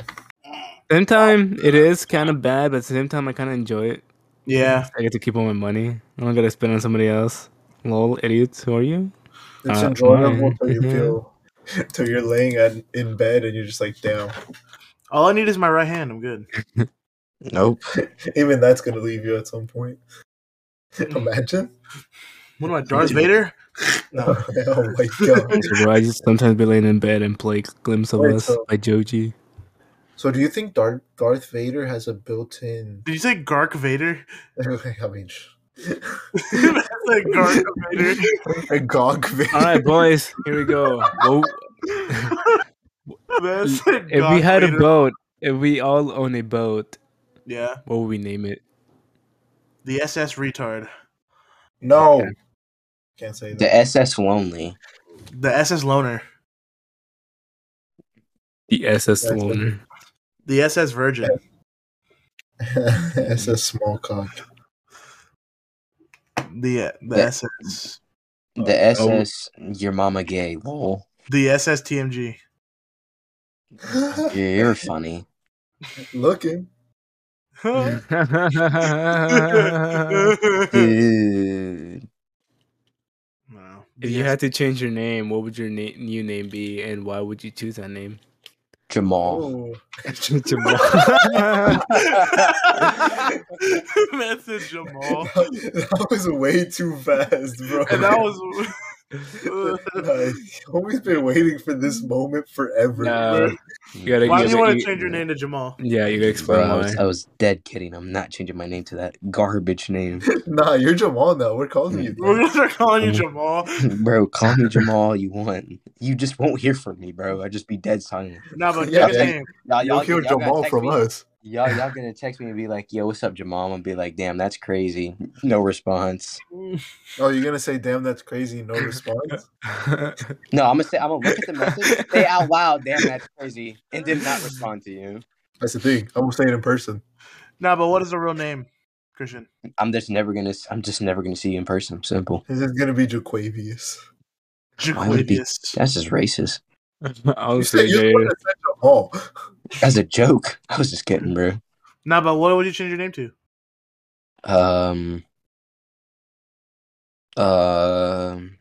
Same time, it is kind of bad, but at the same time, I kind of enjoy it.
Yeah.
I get to keep all my money. I don't gotta spend on somebody else. Lol, idiots, who are you?
It's
Uh,
enjoyable
mine-
till you
mhm.
feel till you're laying at, in bed and you're just like, damn.
All I need is my right hand. I'm good.
Nope.
Even that's gonna leave you at some point. Imagine.
What am I, Darth Vader?
No. oh my god.
So, bro, I just sometimes be laying in bed and play Glimpse of
Wait,
Us
so-
by Joji.
So do you think Darth Darth Vader has a built-in?
Did you say Gark Vader?
I mean, sh-
That's like Gark Vader.
a Gog Vader.
All right, boys, here we go. Well,
That's like
if we
Gark
had a
Vader.
boat, if we all own a boat,
Yeah.
what would we name it?
The SS retard.
No. Can't say
The
that.
SS Lonely.
The SS loner.
The SS
That's it.
Loner.
The SS virgin.
it's a small cock.
The uh, the
Yeah.
SS.
Oh,
The
oh.
SS Your Mama Gay. Lol.
The SS TMG.
Yeah, you're funny.
Looking.
Mm-hmm. if
Hmm.
Dude.
No.
you
The
had to change your name, what would your na- new name be, and why would you choose that name?
Jamal.
Oh.
Jamal.
Message Jamal.
that was way too fast, bro.
Oh, And that was
Nah, homie's been waiting for this
Mm.
moment forever.
No, you gotta,
why do you
gotta-
want to change your name to Jamal?
Yeah, you gotta
Bro,
explain
I
why.
was, I was dead kidding. I'm not changing my name to that garbage name.
Nah, you're Jamal now. We're calling
Mm-hmm.
you.
We're
that.
gonna start calling you
Mm.
Jamal.
bro, call me Jamal all you want. You just won't hear from me, bro. I just be dead silent.
No, but
Yeah,
give his
yeah.
name.
Y'all,
You'll hear
y'all gonna
Jamal
text
from
me-
us.
Y'all, y'all gonna text me and be like, "Yo, what's up, Jamal?" And be like, "Damn, that's crazy." No response.
Oh, you're gonna say, "Damn, that's crazy." No response.
No, I'm gonna say, I'm gonna look at the message, say out loud, "Damn, that's crazy," and then not respond to you.
That's the thing. I will say it in person.
No, but what is the real name, Christian?
I'm just never gonna. s- I'm just never gonna see you in person. Simple.
This is gonna be Jaquavius.
Why would it be-
Jaquavius.
That's just racist.
I'll
You
say
said you
Dave.
wanted to say Jamal.
That's a joke. I was just kidding, bro.
No, but what would you change your name to?
Um. Um.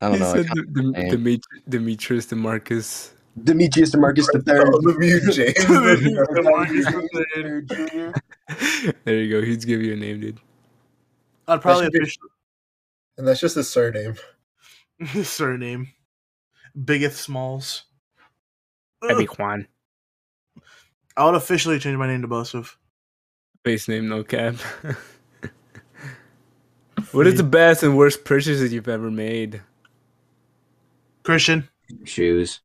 I don't
He
know. I
said
kinda-
Dem- Dem-
name.
Demet- Demetrius Demarcus.
Demetrius Demarcus the
Oh,
Third.
Lemieux James.
Demarcus the Third.
there you go. He'd give you a name, dude.
I'd probably
should be-
officially
and that's just his surname.
surname. Biggeth Smalls.
That'd be Juan.
I would officially change my name to Bosuf.
Base name, no cap. what is the best and worst purchases you've ever made?
Christian.
Shoes.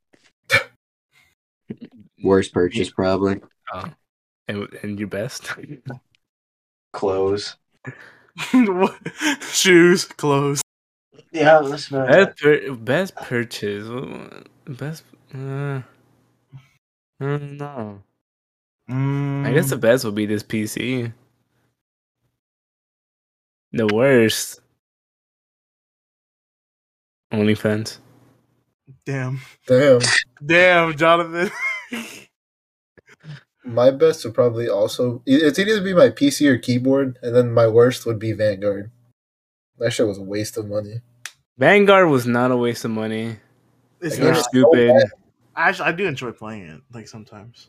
Worst purchase probably.
And, and your best?
Clothes.
What- Shoes, clothes.
Yeah, that's about
best, pur- best purchase. Best. Uh, mm, I don't know.
Mm,
I guess the best would be this PC. The worst. OnlyFans.
Damn.
Damn.
Damn, Jonathan.
My best would probably also it- it's either be my PC or keyboard, and then my worst would be Vanguard. That shit was a waste of money.
Vanguard was not a waste of money.
It's
You're
Yeah.
not.
stupid.
Actually, I do enjoy playing it, like sometimes.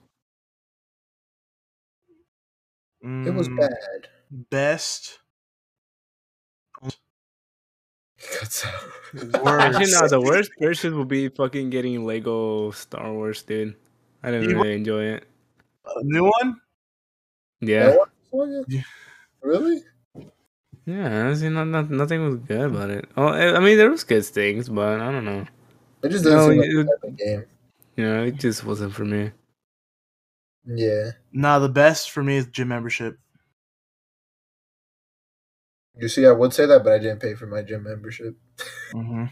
It was
Mm,
bad.
Best.
Cuts out.
Actually, no. The worst purchase would be fucking getting Lego Star Wars, dude. I didn't
You-
really enjoy it.
A uh, new one?
Yeah,
That one?
Yeah.
Really?
yeah. Honestly, not, not, nothing was good about it. Oh, I I mean, there was good things, but I don't know.
It just doesn't
No,
seem like
you-
the type of game.
You know, it just wasn't for me.
Yeah.
Nah, the best for me is gym membership.
You see, I would say that, but I didn't pay for my gym membership.
Mm-hmm.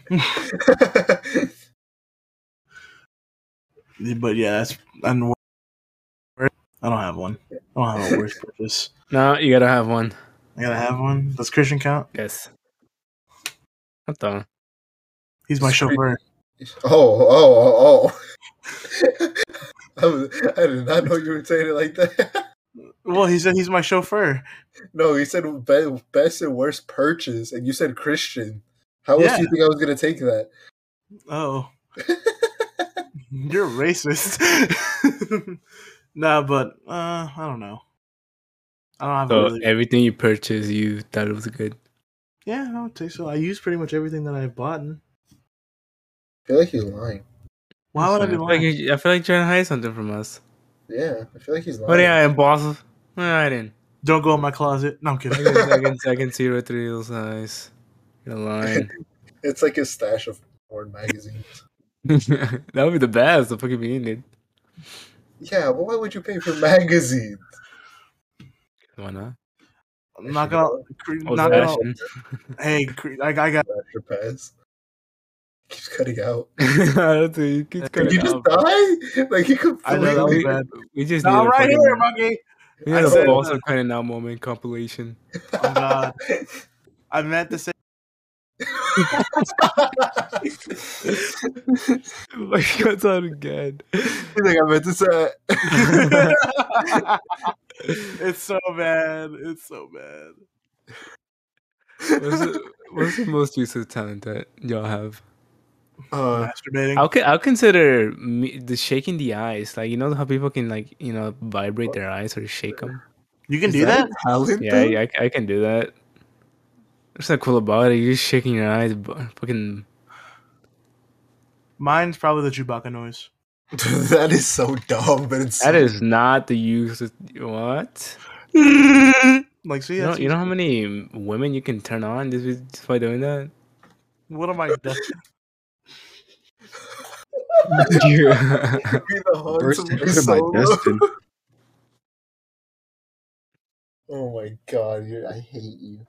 but yeah, that's and wor- I don't have one. I don't have a worst purchase.
No, you gotta have one.
I gotta have one. Does Christian count?
Yes. What the?
He's my
Sweet.
chauffeur.
Oh, oh, oh, oh. I, was, I did not know you were saying it like that.
Well, he said he's my chauffeur.
No, he said be- best and worst purchase, and you said Christian. How else do you think I was going to take that?
Oh. You're racist. nah, but uh, I don't know. I don't have a
So eh
really-
everything you purchased, you thought it was good.
Yeah, I don't think so. I use pretty much everything that I've bought.
I feel like he's lying.
Why would I
I
be
feel like
lying?
you- I feel like you're trying to hide something from us.
Yeah, I feel like he's lying.
What yeah, boss? All right then.
Don't go in my closet. No, I'm
I
kidding.
can, I can, I can see right through those eyes. You're lying.
It's like his stash of porn magazines.
that would be the best. The fucking be in it.
Yeah, but why would you pay for magazines?
Why not?
I'm not gonna. cre-
Old
Not gonna
fashioned.
hey, cre- I, I got.
After pass. Keeps cutting out.
That's what you keep
Did
cutting
you just
out.
die? Like he
I know that was
we,
completely.
bad.
we just
No,
need
I'm
a
right
fucking-
here, monkey.
We need
I
a
said
balls
that.
of cutting out moment compilation.
Oh, God. I meant to say.
My cuts out again.
He's like, I meant to say.
it's so bad. It's so bad.
What's the, what's the most useless talent that y'all have?
Uh,
Masturbating.
I'll, con- I'll consider me, the shaking the eyes. Like you know how people can like you know vibrate their eyes or shake them.
you can
is
do that?
a Talent
Yeah,
thing?
yeah, I, c- I can do that. There's not cool about it. You're just shaking your eyes, bu- fucking.
Mine's probably the Chewbacca noise.
that is so dumb, but it's
That
so-
is not the use. Of, what?
Oh,
like, see,
You know,
that's
you know how many women you can turn on just, just by doing that.
what am I? That's
You-
Be the haunts
Burst
of my
into my
soul.
destiny.
Oh my god, you I hate you.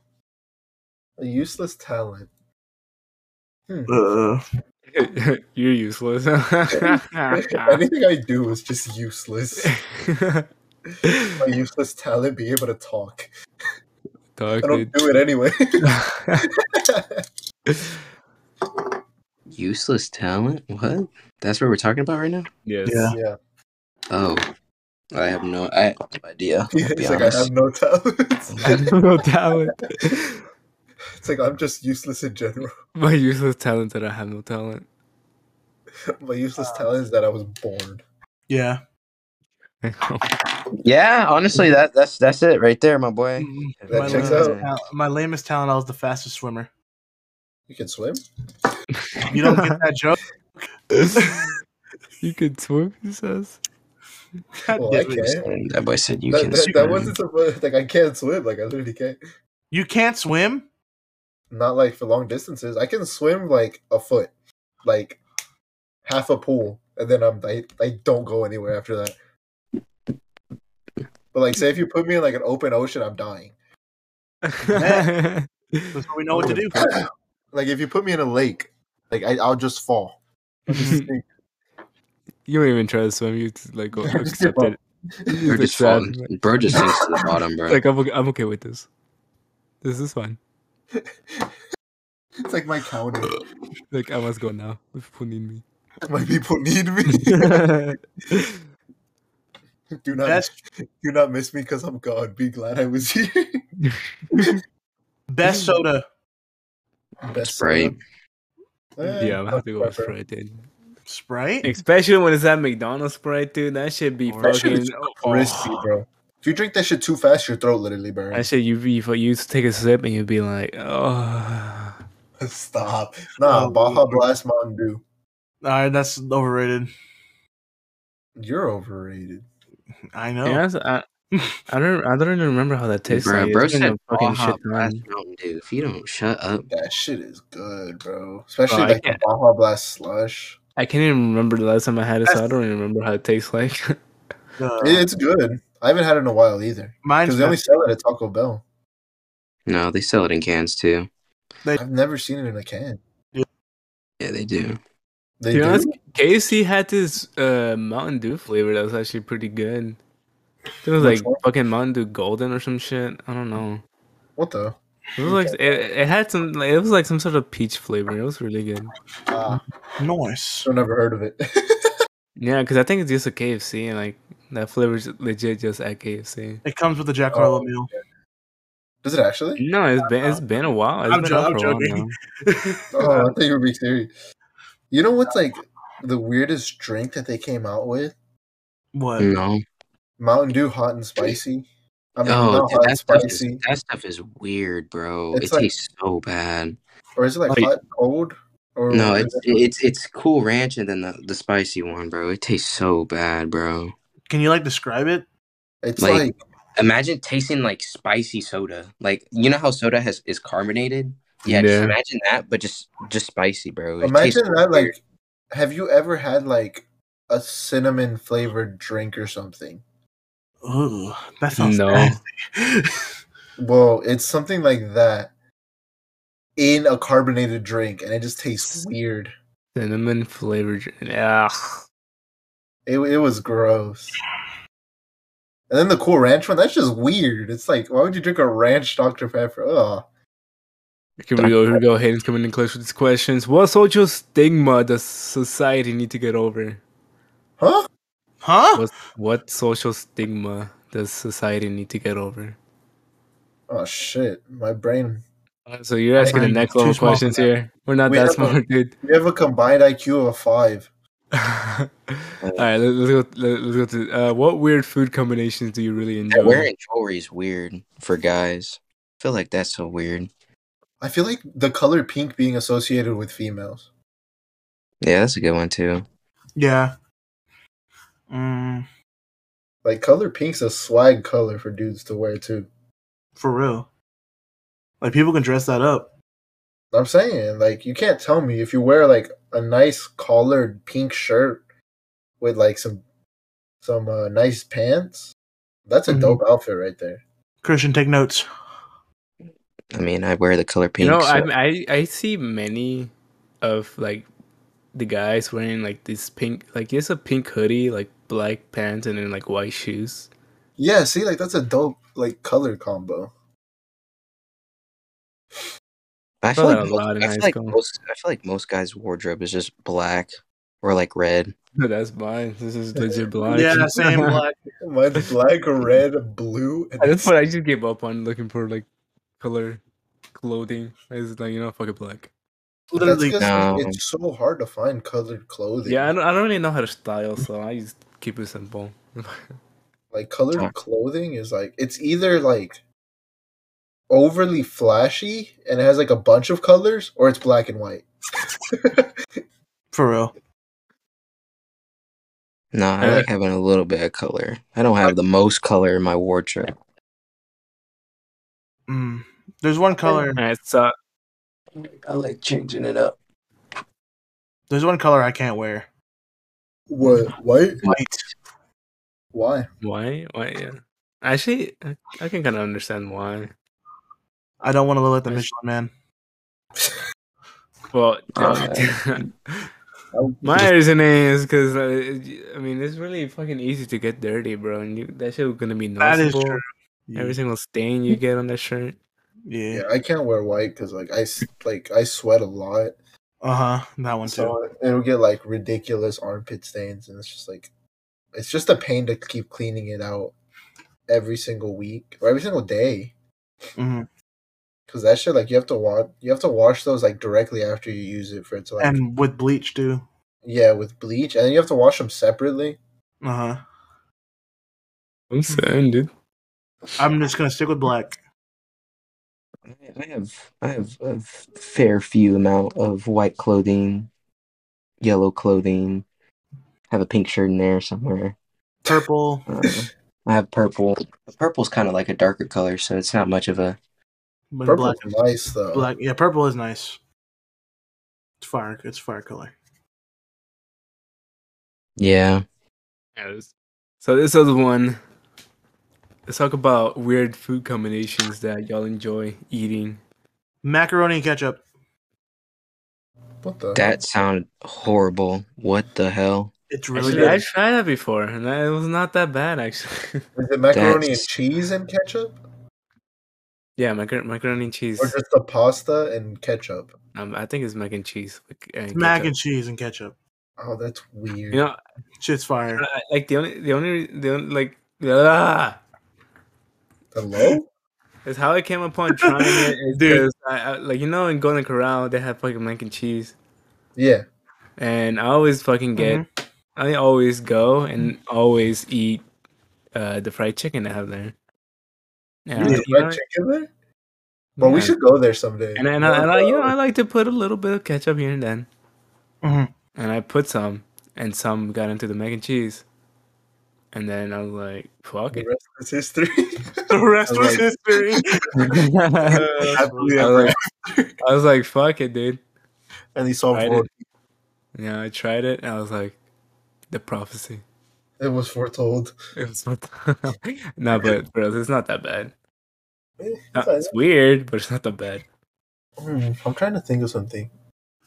A useless talent. Hmm.
uh,
You're useless.
Anything I do is just useless. My useless talent be able to talk.
Dog,
I don't
dude.
do it anyway.
Useless talent? What? That's what we're talking about right now?
yes.
Yeah.
yeah.
Oh. I have no I have no idea. I'll be
It's like I
honest.
have no talents.
no talent.
It's like I'm just useless in general.
My useless talent that I have no talent.
My useless
Uh,
talent is that I was born.
yeah.
Yeah, honestly that that's that's it right there, my boy.
That
my,
checks
lamest
out.
talent, my lamest talent, I was the fastest swimmer.
You can swim?
You don't get that joke?
you can swim, he says.
God
Well, I
damn it.
can't.
That boy said you
That,
can
that, that
swim.
wasn't supposed like I can't swim. Like I literally can't.
You can't swim?
Not like for long distances. I can swim like a foot, like half a pool, and then I'm I, I don't go anywhere after that. But like, say if you put me in like an open ocean, I'm dying.
Yeah. That's how we know what to do.
Like if you put me in a lake, like I, I'll just fall. I'll just sink.
you don't even try to swim. You just like go
Just
accept
give
it. You
Bro
just accept,
just falling. Bro just sinks to the bottom, bro.
Like I'm okay, I'm okay with this. This is fine.
it's like my counter.
Like I must go now. If people need me.
My people need me. do not
Best,
do not miss me because I'm gone. Be glad I was here.
best soda.
Best
Sprite.
soda. Eh,
yeah, I'm gonna have to go with
pepper.
Sprite, dude.
Sprite?
Especially when it's at McDonald's Sprite, dude. That should be
That
shit
fucking
is Crispy, bro. If you drink that shit too fast, your throat literally
That
burns.
shit, you be for you take a sip and you'd be like, oh.
Stop. Nah,
Oh.
Baja Blast Mountain Dew.
Alright, that's overrated.
You're overrated.
I know.
And that's- I, uh, I don't, I don't even remember how that tastes.
Bro,
like.
bro
It's been
said
a fucking
Baja
shit
Blast
ton.
Mountain Dew. If you don't shut up,
That shit is good, bro. Especially
Bro, I
like the
can't-
Baja Blast slush.
I can't even remember the last time I had it, so I
That's-
don't even remember how it tastes like.
Uh,
It- It's good. I haven't had it in a while either.
mine's
Because they only sell it at Taco Bell.
no, they sell it in cans too.
I've never seen it in a can.
Yeah, they do.
They
to be honest,
do?
KFC had this uh, Mountain Dew flavor that was actually pretty good. It was
Which
like
one?
fucking Mountain Dew Golden or some shit. I don't know.
What the?
It was like it, it had some. Like, it was like some sort of peach flavor. It was really good.
Uh,
Nice.
I've never heard of it.
Yeah, because I think it's just a KFC and like that flavor's legit just at KFC.
It comes with a Jack Harlow
Oh,
meal.
Does it actually?
No, it's been it's been a while. It's
I'm
been
jo-
out
I'm
for a while
joking.
now.
Oh, I thought you were being serious. You know what's like the weirdest drink that they came out with?
what?
No.
Mountain Dew hot and spicy. I mean,
Oh,
not
dude,
hot
that
and
stuff, is,
spicy.
that stuff is weird, bro.
It's
it
like-
tastes so bad.
Or is it like
Like-
hot, cold? Or
No, it's it's it's cool ranch and then the, the spicy one, bro. It tastes so bad, bro.
Can you like describe it?
it's
like-
like
Imagine tasting like spicy soda. Like you know how soda has is carbonated? Yeah,
Yeah.
just imagine that, but just just spicy, bro. It tastes
Imagine that,
weird.
like, have you ever had like a cinnamon flavored drink or something?
Ooh, that sounds
No.
nasty.
Well, it's something like that in a carbonated drink, and it just tastes weird.
Cinnamon flavored. Yeah.
It it was gross. And then the cool ranch one, that's just weird. It's like, why would you drink a ranch Dr Pepper? Ugh.
Here we go. Here we go. Hayden's coming in close with these questions. What social stigma does society need to get over?
Huh?
huh?
What what social stigma does society need to get over?
Oh shit, my brain.
Uh, So you're asking the
I'm
next
too
level
small for
questions
that.
here. We're not
We
that
have a-
smart, dude.
We have a combined IQ of five.
All right, let- let's go. let- Let's go to uh, what weird food combinations do you really enjoy?
Yeah, wearing jewelry is weird for guys. I feel like that's so weird.
I feel like the color pink being associated with females.
Yeah, that's a good one too.
Yeah. Mm,
Like color pink's a swag color for dudes to wear too.
for real. Like people can dress that up.
I'm saying, like, you can't tell me if you wear like a nice collared pink shirt with like some some uh, nice pants. That's a
Mhm.
dope outfit right there.
Christian, take notes.
I mean, I wear the color
You
pink.
know,
so-
I, I I see many of like the guys wearing like this pink, like just a pink hoodie, like black pants, and then like white shoes.
Yeah, see, like that's a dope like color combo.
I
Saw
feel
that
like
a
most-
lot in
I
high
feel like
school.
most. I feel like most guys' wardrobe is just black or like red.
That's mine. This is legit black.
Yeah, same black.
Mine's black, red, blue, and
That's what I just gave up on looking for like color clothing. It's like you know, fucking black.
that's
Literally.
just-
No.
it's so hard to find colored clothing.
Yeah, I don't, I don't really know how to style, so I just keep it simple.
like colored
Huh.
clothing is like it's either like overly flashy and it has like a bunch of colors or it's black and white
For real.
No, I
Uh,
like having a little bit of color. I don't have the most color in my wardrobe.
Mm. There's one color.
All right, so
I like changing it up.
There's one color I can't wear.
what white
White.
why
why why yeah? Actually, I I can kind of understand why.
I don't want to look like the Michelin Man.
Well,
Uh,
my reasoning is because I mean it's really fucking easy to get dirty, bro, and you, that shit gonna be
That is
noticeable.
true. Yeah.
Every single stain you get on that shirt.
yeah.
yeah i can't wear white because like i s- like i sweat a lot
Uh huh. That one too.
so it'll get like ridiculous armpit stains and it's just like it's just a pain to keep cleaning it out every single week or every single day
Mhm.
because that shit like you have to wash you have to wash those like directly after you use it for it to like
And with bleach too.
Yeah, with bleach, and then you have to wash them separately.
Uh huh.
I'm saying, dude.
I'm just gonna stick with black.
I have I have a f- fair few amount of white clothing, yellow clothing. Have a pink shirt in there somewhere.
Purple.
Uh, I have purple. Purple's kind of like a darker color, so it's not much of a.
But
Purple's
black.
nice though.
Black. Yeah, purple is nice. It's fire. It's fire color.
Yeah.
So this other one. Let's talk about weird food combinations that y'all enjoy eating.
Macaroni and ketchup.
What the?
That sounded horrible. What the hell?
It's really
actually, I
good.
tried that before, and that- it was not that bad actually.
Is it macaroni and
That's-
cheese and ketchup?
Yeah, macar- macaroni and cheese.
Or just the pasta and ketchup.
Um, I think it's mac and cheese. like,
It's mac
ketchup.
and cheese and ketchup.
Oh, that's weird.
You know,
Shit's fire.
I- like the only, the only, the only, like, ah,
Hello?
is how I came upon trying it. Is
Dude.
Dude, I, I, like you know, in Golden Corral they have fucking mac and cheese,
Yeah.
and I always fucking get,
Mm-hmm.
I always go and always eat uh the fried chicken they have there. And,
Dude,
I- you know,
fried chicken there? Bro, we
yeah.
should go there someday.
And, I- and I, and I, you know, I like to put a little bit of ketchup here and then,
Mhm.
and I put some, and some got into the mac and cheese, and then I was like, "Fuck
the
it."
rest is history.
The rest was
like-
history.
I
Happily ever
was like, I was like, "Fuck it, dude."
and he saw
Fried
four.
Yeah, I tried it and I was like, the prophecy.
It was foretold.
It was not. no, but bro, it's not that bad.
Eh,
Uh,
it's
it's weird, but it's not that bad.
alright. Hmm, I'm trying to think of something.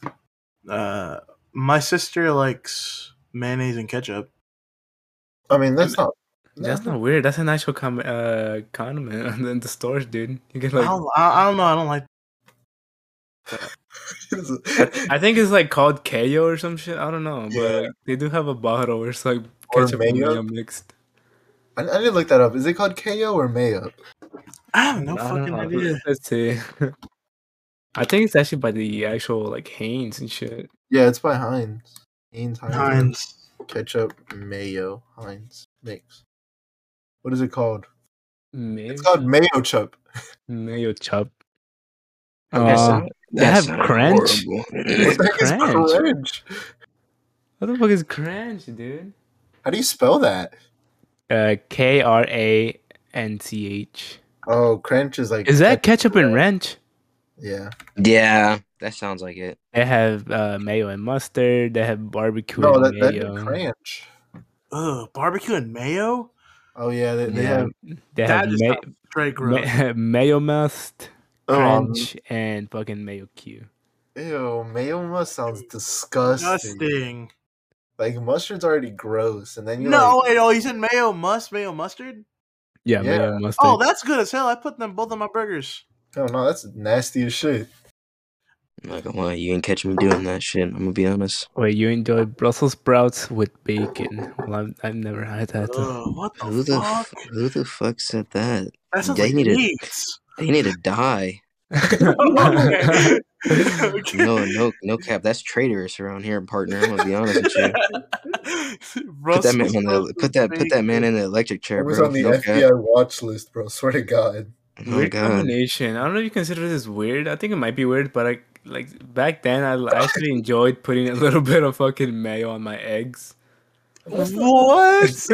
uh, my sister likes mayonnaise and ketchup.
I mean, that's not.
That's not weird. That's an actual com- uh, condiment in the stores, dude. You get
I,
like,
don't, I, I don't know. I don't like.
I think it's like called Kayo or some shit. I don't know,
Yeah.
but like, they do have a bottle where it's like
Or
ketchup and
mayo?
mayo mixed.
I, I didn't look that up. Is it called KO or mayo?
I have no
I don't
fucking
know.
idea.
Let's see. I think it's actually by the actual like Hanes and shit.
Yeah, it's by Heinz. Heinz, Heinz,
Heinz.
ketchup, mayo, Heinz mix. What is it called?
Maybe.
It's called mayo chup.
mayo chop.
That
Uh,
sound-
they
that
have
sounded
crunch.
horrible.
What the heck is
Crunch.
crunch?
What the fuck is cringe, dude?
How do you spell that?
Uh, K R A N C H.
Oh, crunch is like.
Is that ketchup and ranch?
Yeah.
yeah, that sounds like it.
They have uh, mayo and mustard. They have barbecue
No,
and
that that
mayo.
crunch.
Ugh, barbecue and mayo.
Oh yeah, they, they
Yeah.
have.
They
That
have
is
ma-
not straight gross.
ma- mayo must,
Um,
crunch, and fucking mayo Q.
ew, mayo must sounds disgusting.
Disgusting.
Like mustard's already gross, and then you
No,
like,
wait, oh, you said mayo must mayo mustard.
Yeah,
Yeah.
mayo mustard.
Oh, that's good as hell. I put them both on my burgers.
oh no, that's nasty as shit.
I'm not gonna lie, you ain't catch me doing that shit. I'm gonna be honest.
Wait, you enjoy Brussels sprouts with bacon? Well, I've, I've never had that.
Ugh, what the
Who the
fuck?
f- who the fuck said that?
that sounds
they
like
need to-
meats.
They need to die.
Okay.
No, no, no cap. That's traitorous around here, partner. I'm gonna be honest with you. Put
Brussels
that man in the
sprouts
put that put that man
bacon.
in the electric
It
chair,
was
bro.
on the
No cap.
FBI watch list, bro. Swear to God.
Oh my
weird
god.
combination. I don't know if you consider this weird. I think it might be weird, but I like back then I l- actually enjoyed putting a little bit of fucking mayo on my eggs.
What?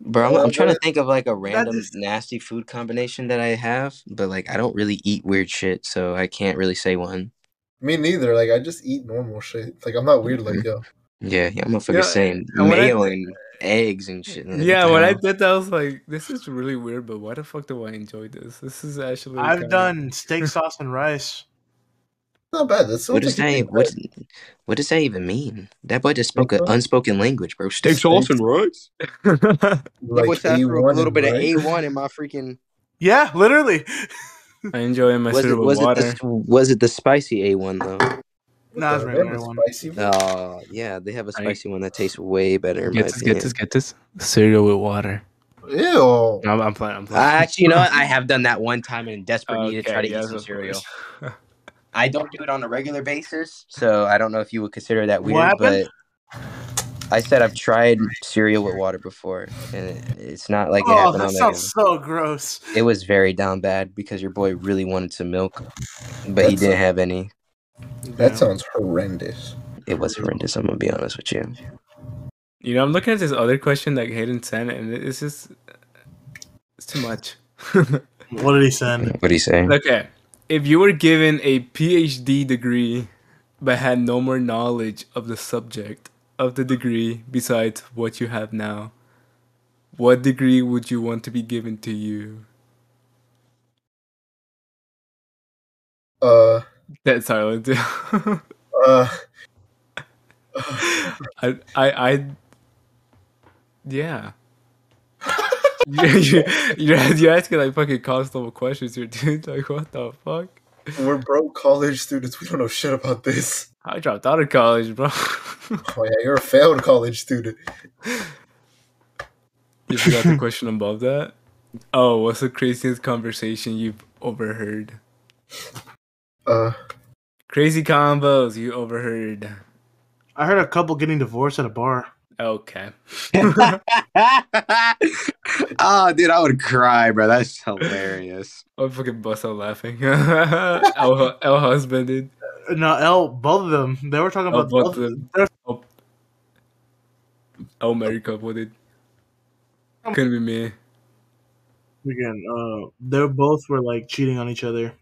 Bro, I'm,
Well,
I'm trying to
that-
think of like a random
is-
nasty food combination that I have, but like I don't really eat weird shit, so I can't really say one.
Me neither. Like I just eat normal shit. Like I'm not weird like yo.
Yeah, yeah, I'm gonna
Yeah,
fucking saying
and what I-
mayo and eggs and shit. Like,
yeah,
what
when
the
I
hell?
did that, I was like, "This is really weird." But why the fuck do I enjoy this? This is actually
I've
kinda-
done steak sauce and rice.
Not bad. That's so
What does
like-
that? e- What, what does that even mean? That boy just spoke an
Steak sauce?
unspoken language, bro. Steak
sauce and
rice.
like A1 and rice.
one in my freaking.
Yeah, literally.
I enjoy my
Was it
syrup with
was it,
water.
the, was it the spicy A one though?
Nah, it's
What the
regular
hell is
one.
spicy?
Oh yeah, they have a
I-
spicy one that tastes way better. In my
Get this, get
opinion.
this, get this. Cereal with water.
Ew.
No, I'm, I'm playing. I'm playing.
I actually, you know what? I have done that one time in desperate need to
Okay,
try to
yes,
eat some
of
cereal.
course.
I don't do it on a regular basis, so I don't know if you would consider that
What
weird. But
happened?
I said I've tried cereal with water before, and it- it's not like it
oh,
happened
that
on a
sounds so gross.
It was very down bad because your boy really wanted some milk, but he
That's-
didn't have any.
That sounds horrendous.
It was horrendous. I'm gonna be honest with you.
You know, I'm looking at this other question that Hayden sent, and it- it's just it's too much.
What did he send?
What do you say?
okay, if you were given a PhD degree but had no more knowledge of the subject of the degree besides what you have now, what degree would you want to be given to you?
Uh,
That's sorry. let's do-
uh,
I, I, I, yeah. you're, you're, you're asking like fucking college level questions here, dude. Like, what the fuck?
We're broke college students. We don't know shit about this.
I dropped out of college, bro.
Oh yeah, you're a failed college student.
you forgot the question above that. Oh, what's the craziest conversation you've overheard?
Uh,
Crazy combos you overheard.
I heard a couple getting divorced at a bar.
Okay.
oh, dude, I would cry, bro. That's hilarious.
I'm Oh, fucking bust out laughing. El, El husband, dude.
No, L, both of them. They were talking
Oh,
about
both
both
of them.
they're
El married couple, dude.
Oh
Couldn't be me.
freaking, uh, they both were like cheating on each other.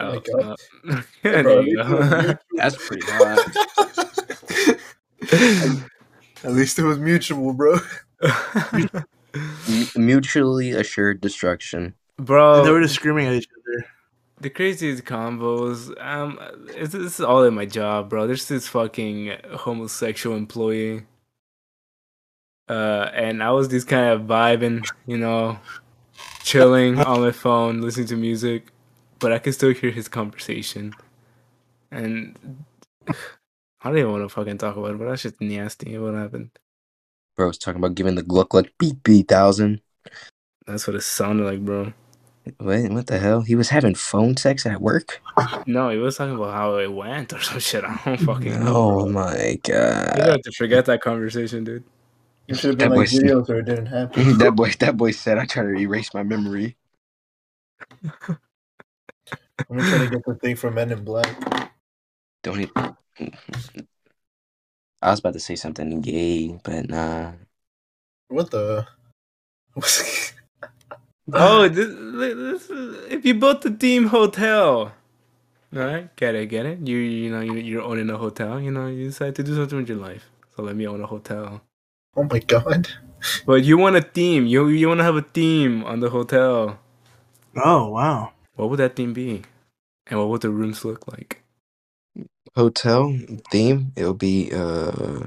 Oh,
my God.
uh, there
Bro,
you
at least
go.
it
That's pretty hot.
was mutual. At least it was mutual, bro.
M- mutually assured destruction.
They
Bro,
were just screaming at each other.
the craziest combos. Um, it's, this is all in my job, bro. There's this fucking homosexual employee. Uh, and I was just kind of vibing, you know, chilling on my phone, listening to music, but I could still hear his conversation. And I don't even want to fucking talk about it, but that's just nasty. What happened?
Bro, I was talking about giving the Gluck like beep beep thousand.
That's what it sounded like, bro.
What, what the hell? He was having phone sex at work?
No, he was talking about how it went or some shit. I don't fucking know.
Oh
bro.
my
You
god.
have to forget that conversation, dude.
You should have
That
been like
boy's-
videos or it didn't happen.
that boy that boy said I try to erase my memory.
I'm trying to get the thing from Men in Black.
Don't even I was about to say something gay, but nah.
What the?
Oh, this, this is, if you bought the team hotel, all right, get it, get it. You you know you, you're owning a hotel. You know you decide to do something with your life. So let me own a hotel.
oh my god.
But you want a theme. You you want to have a theme on the hotel.
Oh wow.
What would that theme be? And what would the rooms look like?
Hotel theme, it'll be uh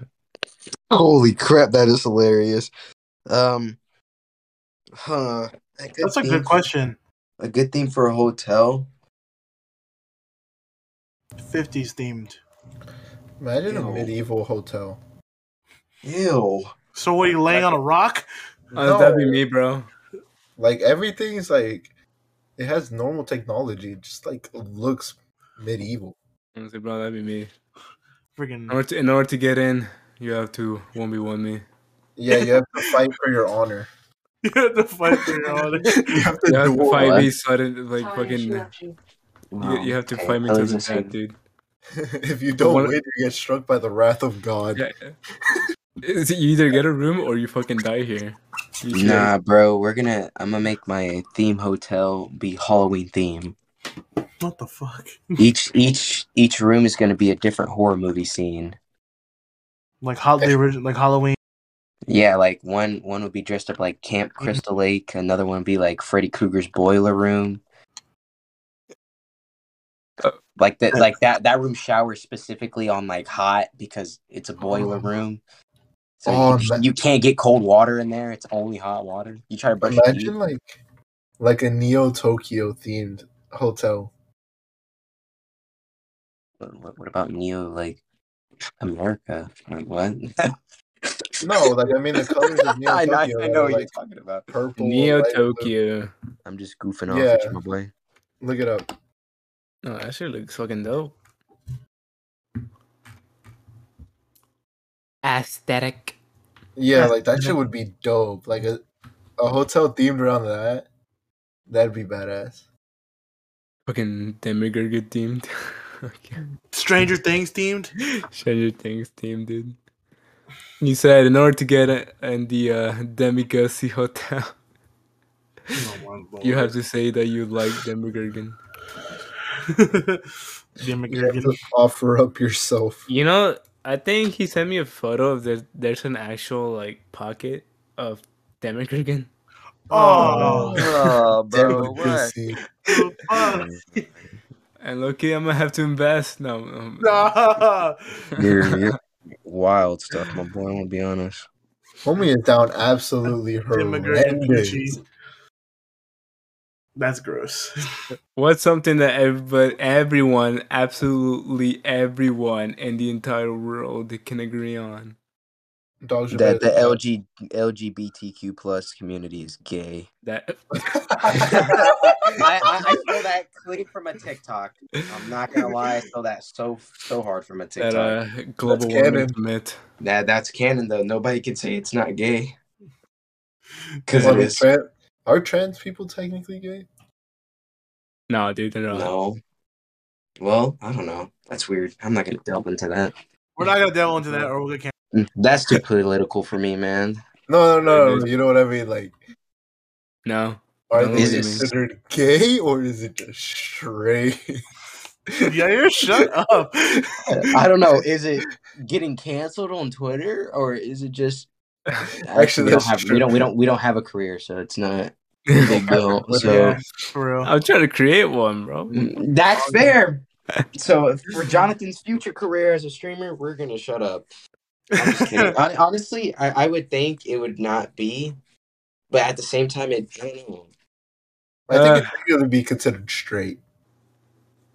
Holy crap, that is hilarious. Um Huh.
That's a good question.
A good theme for a hotel.
Fifties themed.
Imagine
Ew.
a medieval hotel.
Ew.
So what are you laying on a rock?
Oh, that'd be me, bro.
Like everything's like it has normal technology, it just like looks medieval.
Honestly, bro, that'd be me. In
Freaking
order to, in order to get in, you have to one v one me.
Yeah, you have to fight for your honor.
you had to fight for your own.
You have to
You have to
duel.
fight me
what?
sudden, like fucking. You, you have to fight me to the death, dude.
if you don't
One-
win, you get struck by the wrath of God.
Yeah. Is it you either get a room or you fucking die here. You can't-
Nah, bro, we're gonna. I'm gonna make my theme hotel be Halloween theme.
What the fuck?
Each each each room is gonna be a different horror movie scene.
Like how the original, like Halloween.
Yeah, like one one would be dressed up like Camp
Mm-hmm.
Crystal Lake. Another one would be like Freddy Krueger's boiler room.
Uh,
Like that, like that. That room showers specifically on like hot because it's a boiler
Oh.
room. So
Oh,
you,
man.
you can't get cold water in there. It's only hot water. You try to brush your teeth.
Imagine like like a Neo Tokyo themed hotel.
What, what, what about Neo like America? Like what?
No, like I mean the colors of Neo
I,
Tokyo
know, I know
are
what
like
you're talking about.
purple.
Neo
light blue.
Tokyo.
I'm just goofing off at
Yeah.
you, my boy.
Look it up.
No, that shit looks fucking dope. Aesthetic.
Yeah, like that shit would be dope. Like a, a hotel themed around that. That'd be badass.
Fucking Demigurgit themed. okay.
Stranger Things themed.
Stranger Things themed, dude. You said in order to get a- in the uh, Demigurgy Hotel, you have to say that you like Demigurgin.
Jim
You have
McGregor.
to offer up yourself.
You know, I think he sent me a photo of there's there's an actual like pocket of Demigurgin.
Oh,
Oh, bro, what?
Democracy.
fuck.
And lucky I'm gonna have to invest. No, um,
Nah.
You're, you're wild stuff, my boy. I'm gonna be honest.
Homie is down absolutely
Tim McGregor and
horrendous.
Gucci. That's gross.
What's something that everybody, everyone, absolutely everyone in the entire world can agree on?
Dogs are
That the
better than
LG LGBTQ plus community is gay.
That
I, I, I feel that clean from a TikTok. I'm not gonna lie, I feel that so so hard from a TikTok.
that uh, global
canon.
warming myth.
that that's canon though. Nobody can say it's not gay.
that.
Because it
Are
is.
tran- are trans people technically gay?
No, dude, they're not.
No. Well, I don't know. That's weird. I'm not gonna delve into that.
We're not gonna delve into that, or we can.
Mm, That's too political for me, man.
No, no, no,
It
no. You know what I mean? Like,
No.
are
No,
they
it is.
considered gay or is it just straight?
Yeah, you're shut up.
I don't know. Is it getting canceled on Twitter or is it just
Actually,
we don't,
that's
have,
true.
we don't we don't we don't have a career, so it's not a big deal. So
Yeah, for real.
I'm trying to create one, bro.
Mm. that's fair. So if- for Jonathan's future career as a streamer, we're gonna shut up. I'm just kidding. Hon- Honestly, I, I would think it would not be, but at the same time, it. I don't know.
I think
Uh.
it's gonna be considered straight.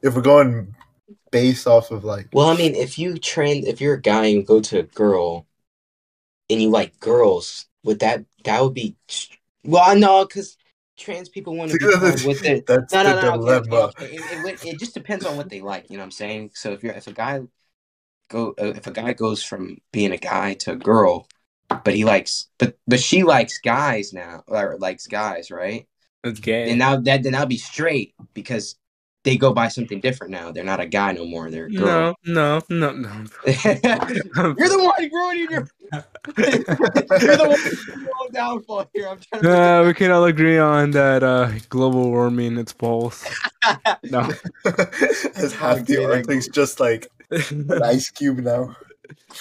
If we're going based off of like,
Well, I mean, if you trend, if you're a guy and go to a girl, and you like girls, would that that would be? st- Well, I know because trans people want to be friends with it.
that's
No,
the
no, no. okay, okay,
dilemma.
okay. It, it, would- it just depends on what they like. You know what I'm saying? So if you're if a guy go uh, if a guy goes from being a guy to a girl, but he likes but but she likes guys now or likes guys, right?
That's gay.
Then now that then that'll be straight because they go by something different now. They're not a guy no more. They're a girl.
no, no, no, no.
You're the one ruining your. You're the one ruining your own downfall here. I'm trying to.
Uh, we can all agree on that uh, global warming, it's both. No.
As half the
Okay, like-
Arctic's just like an ice cube now.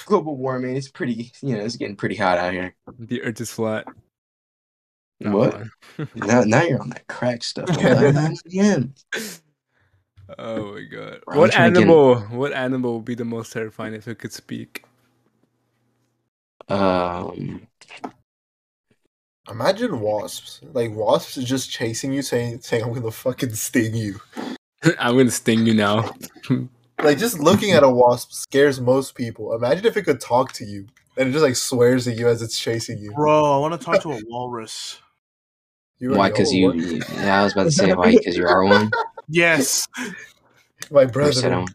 Global warming. It's pretty. You know, it's getting pretty hot out here.
The earth is flat.
Oh,
No,
What?
man.
Now, now you're on that crack stuff. Again.
Oh my god.
Bro, I'm
what
trying to get-
animal? What animal would be the most terrifying if it could speak?
Um,
Imagine wasps. Like wasps is just chasing you, saying, "saying I'm gonna fucking sting you."
I'm gonna sting you now.
Like just looking at a wasp scares most people. Imagine if it could talk to you and it just like swears at you as it's chasing you.
Bro, I want to talk to a walrus.
you
why?
already
Because
know
you.
what-
Yeah, I was about to say why? Because you are one.
Yes,
my
Or said
brother.
I'm-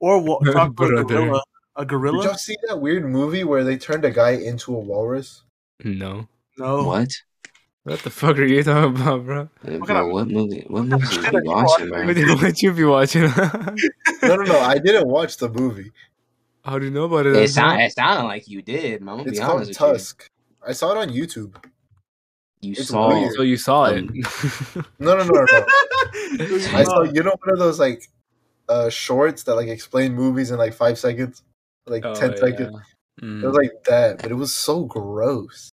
or wa- talk to a
Brother.
gorilla. A
Did y'all
gorilla?
see that weird movie where they turned a guy into a walrus?
no.
No.
What?
What the fuck are you talking about, bro?
Uh,
What kind
bro,
of-
what movie? What movie
kind
are
of
you watching,
What
bro?
you- what you be watching?
No, no, no. I didn't watch the movie.
How do you know about it?
It
That's not-
sounded, it sounded like you did. man, I'm gonna
It's
be
called
honest with
Tusk. I saw it on YouTube.
you. You
It's
saw.
weird.
So you saw it.
No, no, no, no. no. I
Oh.
I
saw you know one of those like uh shorts that like explain movies in like five seconds, like
Oh,
ten
yeah.
seconds. It
Mm.
was like that, but it was so gross.